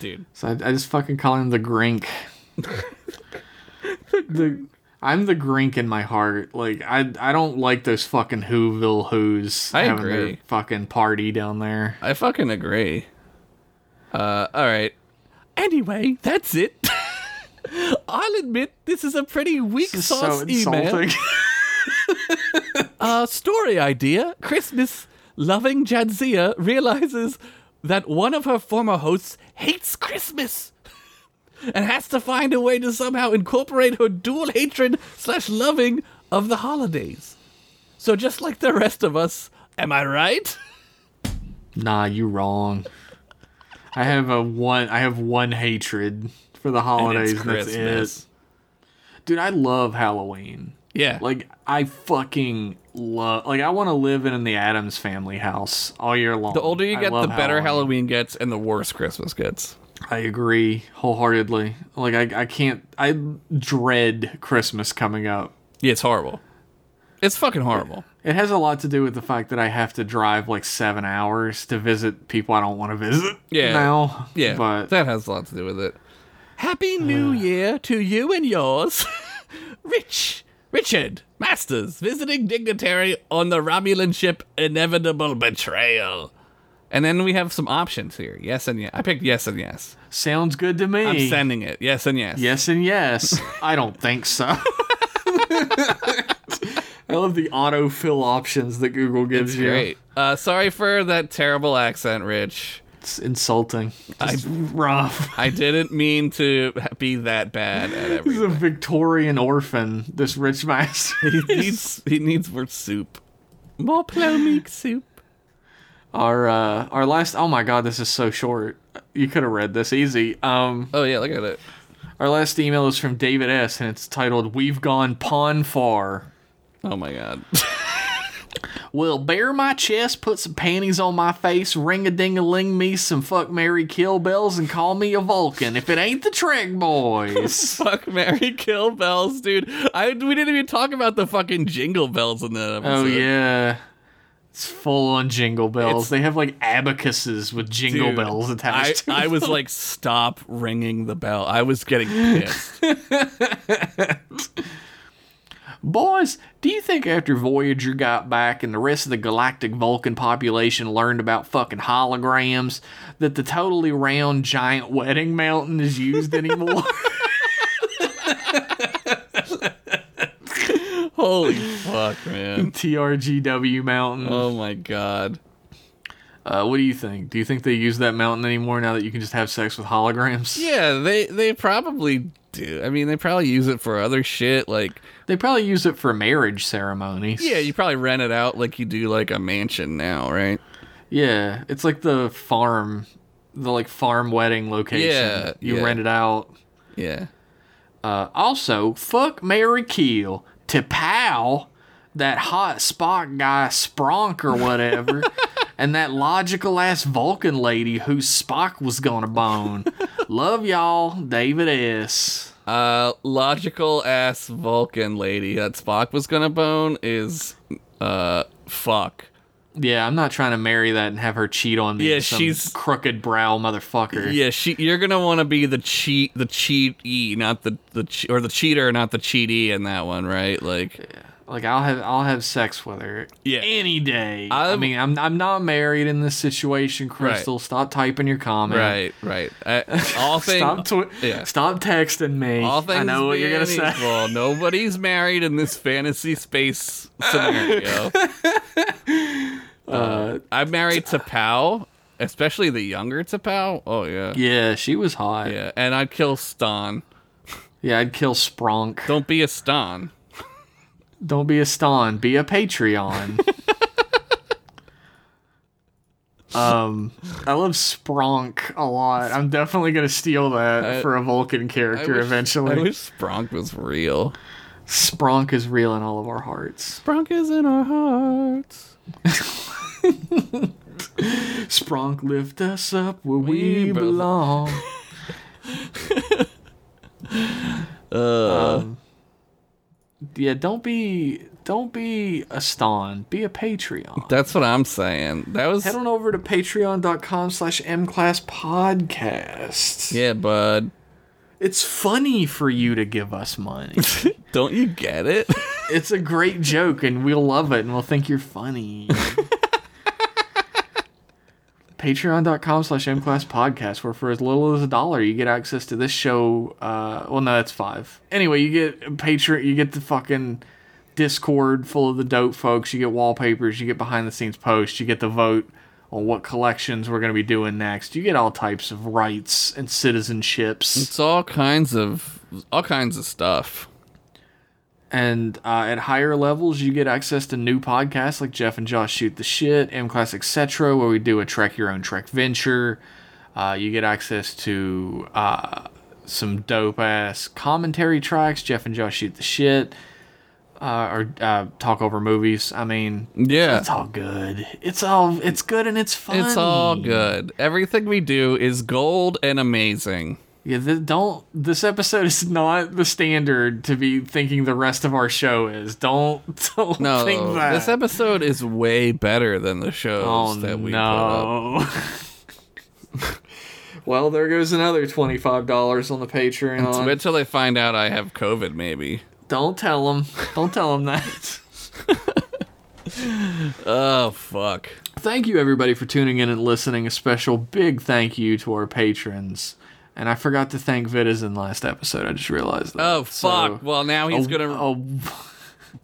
[SPEAKER 2] dude.
[SPEAKER 1] So I, I just fucking call him the Grink. the I'm the Grink in my heart. Like I I don't like those fucking Whoville Who's
[SPEAKER 2] I
[SPEAKER 1] having their
[SPEAKER 2] agree.
[SPEAKER 1] fucking party down there.
[SPEAKER 2] I fucking agree. Uh, all right. Anyway, that's it. I'll admit this is a pretty weak
[SPEAKER 1] It's
[SPEAKER 2] sauce
[SPEAKER 1] so
[SPEAKER 2] email.
[SPEAKER 1] insulting.
[SPEAKER 2] Uh, story idea Christmas loving Jadzia realizes that one of her former hosts hates Christmas and has to find a way to somehow incorporate her dual hatred slash loving of the holidays. So, just like the rest of us, am I right?
[SPEAKER 1] nah, you wrong. I have a one I have one hatred for the holidays. And that's it. Dude, I love Halloween.
[SPEAKER 2] Yeah.
[SPEAKER 1] Like I fucking love like I want to live in the Adams family house all year long.
[SPEAKER 2] the older you
[SPEAKER 1] I
[SPEAKER 2] get, the
[SPEAKER 1] love
[SPEAKER 2] better Halloween. gets and the worse Christmas gets.
[SPEAKER 1] I agree wholeheartedly. Like I, I can't I dread Christmas coming up.
[SPEAKER 2] Yeah, it's horrible. It's fucking horrible.
[SPEAKER 1] It has a lot to do with the fact that I have to drive like seven hours to visit people I don't want to visit.
[SPEAKER 2] Yeah.
[SPEAKER 1] Now.
[SPEAKER 2] Yeah.
[SPEAKER 1] But
[SPEAKER 2] that has a lot to do with it. Happy New Year to you and yours, Rich Richard Masters, visiting dignitary on the Romulan ship Inevitable Betrayal. And then we have some options here. Yes and yes. I picked yes and yes.
[SPEAKER 1] Sounds good to me.
[SPEAKER 2] I'm sending it. Yes and yes.
[SPEAKER 1] Yes and yes. I don't think so. I love the autofill options that Google gives you.
[SPEAKER 2] Great. Uh, sorry for that terrible accent, Rich.
[SPEAKER 1] It's insulting. It's rough.
[SPEAKER 2] I didn't mean to be that bad at
[SPEAKER 1] He's
[SPEAKER 2] everything.
[SPEAKER 1] a Victorian orphan, this rich master.
[SPEAKER 2] He needs he needs more soup. More plomeek soup.
[SPEAKER 1] our uh, our last oh my god, this is so short. You could have read this easy. Um
[SPEAKER 2] Oh yeah, look at it.
[SPEAKER 1] our last email is from David S and it's titled We've Gone Pawn Far.
[SPEAKER 2] Oh my god.
[SPEAKER 1] Well, bare my chest, put some panties on my face, ring a ding a ling me some fuck Mary Kill bells, and call me a Vulcan if it ain't the Trek Boys.
[SPEAKER 2] Fuck Mary Kill bells, dude. I we didn't even talk about the fucking jingle bells in that episode.
[SPEAKER 1] oh yeah. It's full on jingle bells.
[SPEAKER 2] It's-
[SPEAKER 1] they have like abacuses with jingle
[SPEAKER 2] Dude,
[SPEAKER 1] bells
[SPEAKER 2] I,
[SPEAKER 1] attached. to
[SPEAKER 2] I
[SPEAKER 1] them.
[SPEAKER 2] was like, stop ringing the bell. I was getting pissed.
[SPEAKER 1] Boys, do you think after Voyager got back and the rest of the galactic Vulcan population learned about fucking holograms, that the totally round giant wedding mountain is used anymore?
[SPEAKER 2] Holy fuck, man.
[SPEAKER 1] TRGW Mountain.
[SPEAKER 2] Oh my god.
[SPEAKER 1] Uh, what do you think? Do you think they use that mountain anymore now that you can just have sex with holograms?
[SPEAKER 2] Yeah, they they probably do. I mean, they probably use it for other shit. Like,
[SPEAKER 1] They probably use it for marriage ceremonies.
[SPEAKER 2] yeah, you probably rent it out like you do like a mansion now, right?
[SPEAKER 1] Yeah. It's like the farm, the like farm wedding location.
[SPEAKER 2] Yeah,
[SPEAKER 1] You
[SPEAKER 2] yeah.
[SPEAKER 1] rent it out.
[SPEAKER 2] Yeah.
[SPEAKER 1] Uh, also, fuck Mary Kill to pal that hot spot guy Spronk or whatever, and that logical ass Vulcan lady who Spock was gonna bone. Love y'all, David S.
[SPEAKER 2] Uh, logical ass Vulcan lady that Spock was gonna bone is uh fuck.
[SPEAKER 1] Yeah, I'm not trying to marry that and have her cheat on me.
[SPEAKER 2] Yeah,
[SPEAKER 1] with some
[SPEAKER 2] she's-
[SPEAKER 1] crooked brow motherfucker.
[SPEAKER 2] Yeah, she you're gonna want to be the cheat the cheatee, not the the che- or the cheater, not the cheatee in that one, right? Like,
[SPEAKER 1] Like I'll have I'll have sex with her.
[SPEAKER 2] Yeah.
[SPEAKER 1] Any day. i
[SPEAKER 2] I'm-
[SPEAKER 1] mean, I'm I'm not married in this situation, Crystal. Stop typing your comment.
[SPEAKER 2] right, right. I, all things
[SPEAKER 1] Stop, twi-
[SPEAKER 2] yeah.
[SPEAKER 1] stop texting me.
[SPEAKER 2] all things
[SPEAKER 1] I know what you're gonna
[SPEAKER 2] being
[SPEAKER 1] say.
[SPEAKER 2] equal, nobody's married in this fantasy space scenario. uh, I'm married to Pal, especially the younger to Pal. Oh yeah.
[SPEAKER 1] Yeah, she was hot. Yeah,
[SPEAKER 2] Yeah, and I'd kill Stan.
[SPEAKER 1] I'd kill Spronk. Don't,
[SPEAKER 2] Don't be a Stan.
[SPEAKER 1] be a Ston, be a Patreon. um, I love Spronk a lot. I'm definitely gonna steal that for a Vulcan
[SPEAKER 2] I
[SPEAKER 1] character
[SPEAKER 2] wish-
[SPEAKER 1] eventually.
[SPEAKER 2] I wish Spronk was real.
[SPEAKER 1] Spronk is real in all of our hearts.
[SPEAKER 2] Spronk is in our hearts.
[SPEAKER 1] Spronk lift us up where we,
[SPEAKER 2] We bel-
[SPEAKER 1] belong. Um, yeah, don't be don't be a ston. Be a Patreon.
[SPEAKER 2] That's what I'm saying. That was
[SPEAKER 1] Head on over to patreon.com slash mclasspodcast.
[SPEAKER 2] yeah, bud.
[SPEAKER 1] It's funny for you to give us money.
[SPEAKER 2] Don't you get it?
[SPEAKER 1] it's a great joke and we'll love it and we'll think you're funny. Patreon.com slash mclasspodcast where for as little as a dollar you get access to this show. Uh, well, no, that's five. Anyway, you get Patreon, you get the fucking Discord full of the dope folks. You get wallpapers, you get behind the scenes posts, you get the vote on what collections we're going to be doing next. You get all types of rights and citizenships.
[SPEAKER 2] it's all kinds of all kinds of stuff.
[SPEAKER 1] And uh, at higher levels, you get access to new podcasts like Jeff and Josh Shoot the Shit, M Class, etc., where we do a Trek Your Own Trek Venture. Uh, you get access to uh, some dope ass commentary tracks, Jeff and Josh Shoot the Shit, uh, or uh, talk over movies. I mean,
[SPEAKER 2] Yeah.
[SPEAKER 1] it's all good. It's all it's good and it's fun.
[SPEAKER 2] It's all good. Everything we do is gold and amazing.
[SPEAKER 1] Yeah, th- don't. This episode is not the standard to be thinking the rest of our show is. Don't don't
[SPEAKER 2] No,
[SPEAKER 1] think that.
[SPEAKER 2] this episode is
[SPEAKER 1] Oh,
[SPEAKER 2] way better than the shows that we put up.
[SPEAKER 1] no. Well, there goes another twenty-five dollars on the Patreon.
[SPEAKER 2] So wait till they find out I have COVID, maybe.
[SPEAKER 1] Don't tell them. Don't tell them that.
[SPEAKER 2] Oh fuck.
[SPEAKER 1] thank you everybody for tuning in and listening. A special big thank you to our patrons. And I forgot to thank Vitizen last episode. I just realized that.
[SPEAKER 2] Oh
[SPEAKER 1] So,
[SPEAKER 2] fuck. well, now he's gonna
[SPEAKER 1] a,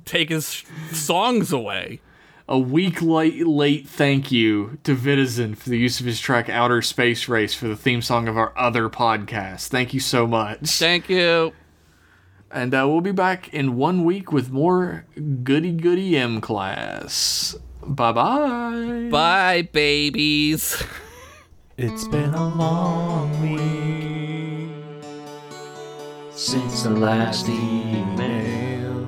[SPEAKER 2] take his sh- songs away.
[SPEAKER 1] a week late late thank you to Vitizen for the use of his track Outer Space Race for the theme song of our other podcast. Thank you so much.
[SPEAKER 2] Thank you.
[SPEAKER 1] And uh, we'll be back in one week with more goody goody M class. Bye-bye.
[SPEAKER 2] Bye, babies.
[SPEAKER 3] It's been a long week since the last email.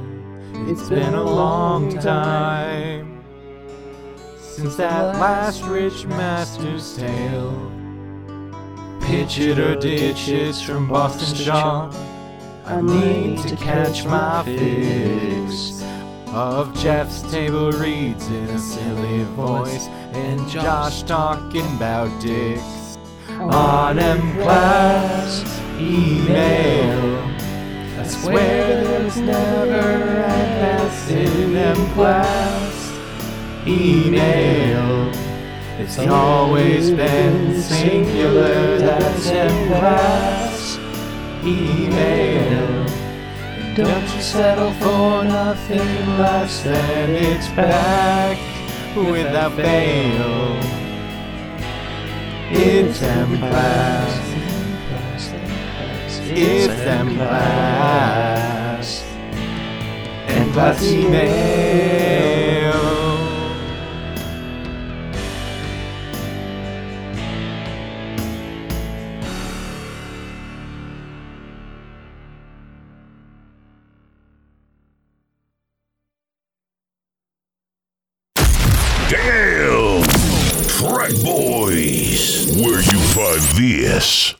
[SPEAKER 3] It's been a long time since that last Rich Master's tale. Pitch it or ditch it from Boston Sean. I need to catch my fix of Jeff's table reads in a silly voice and Josh talking about dicks on M class email. I swear there was never an S in M class email. It's always been singular. That's M class email. Don't you settle for nothing less than it's back without fail. It's them class. It's them class. And class email.
[SPEAKER 4] Damn! Frat Boys, where you find this?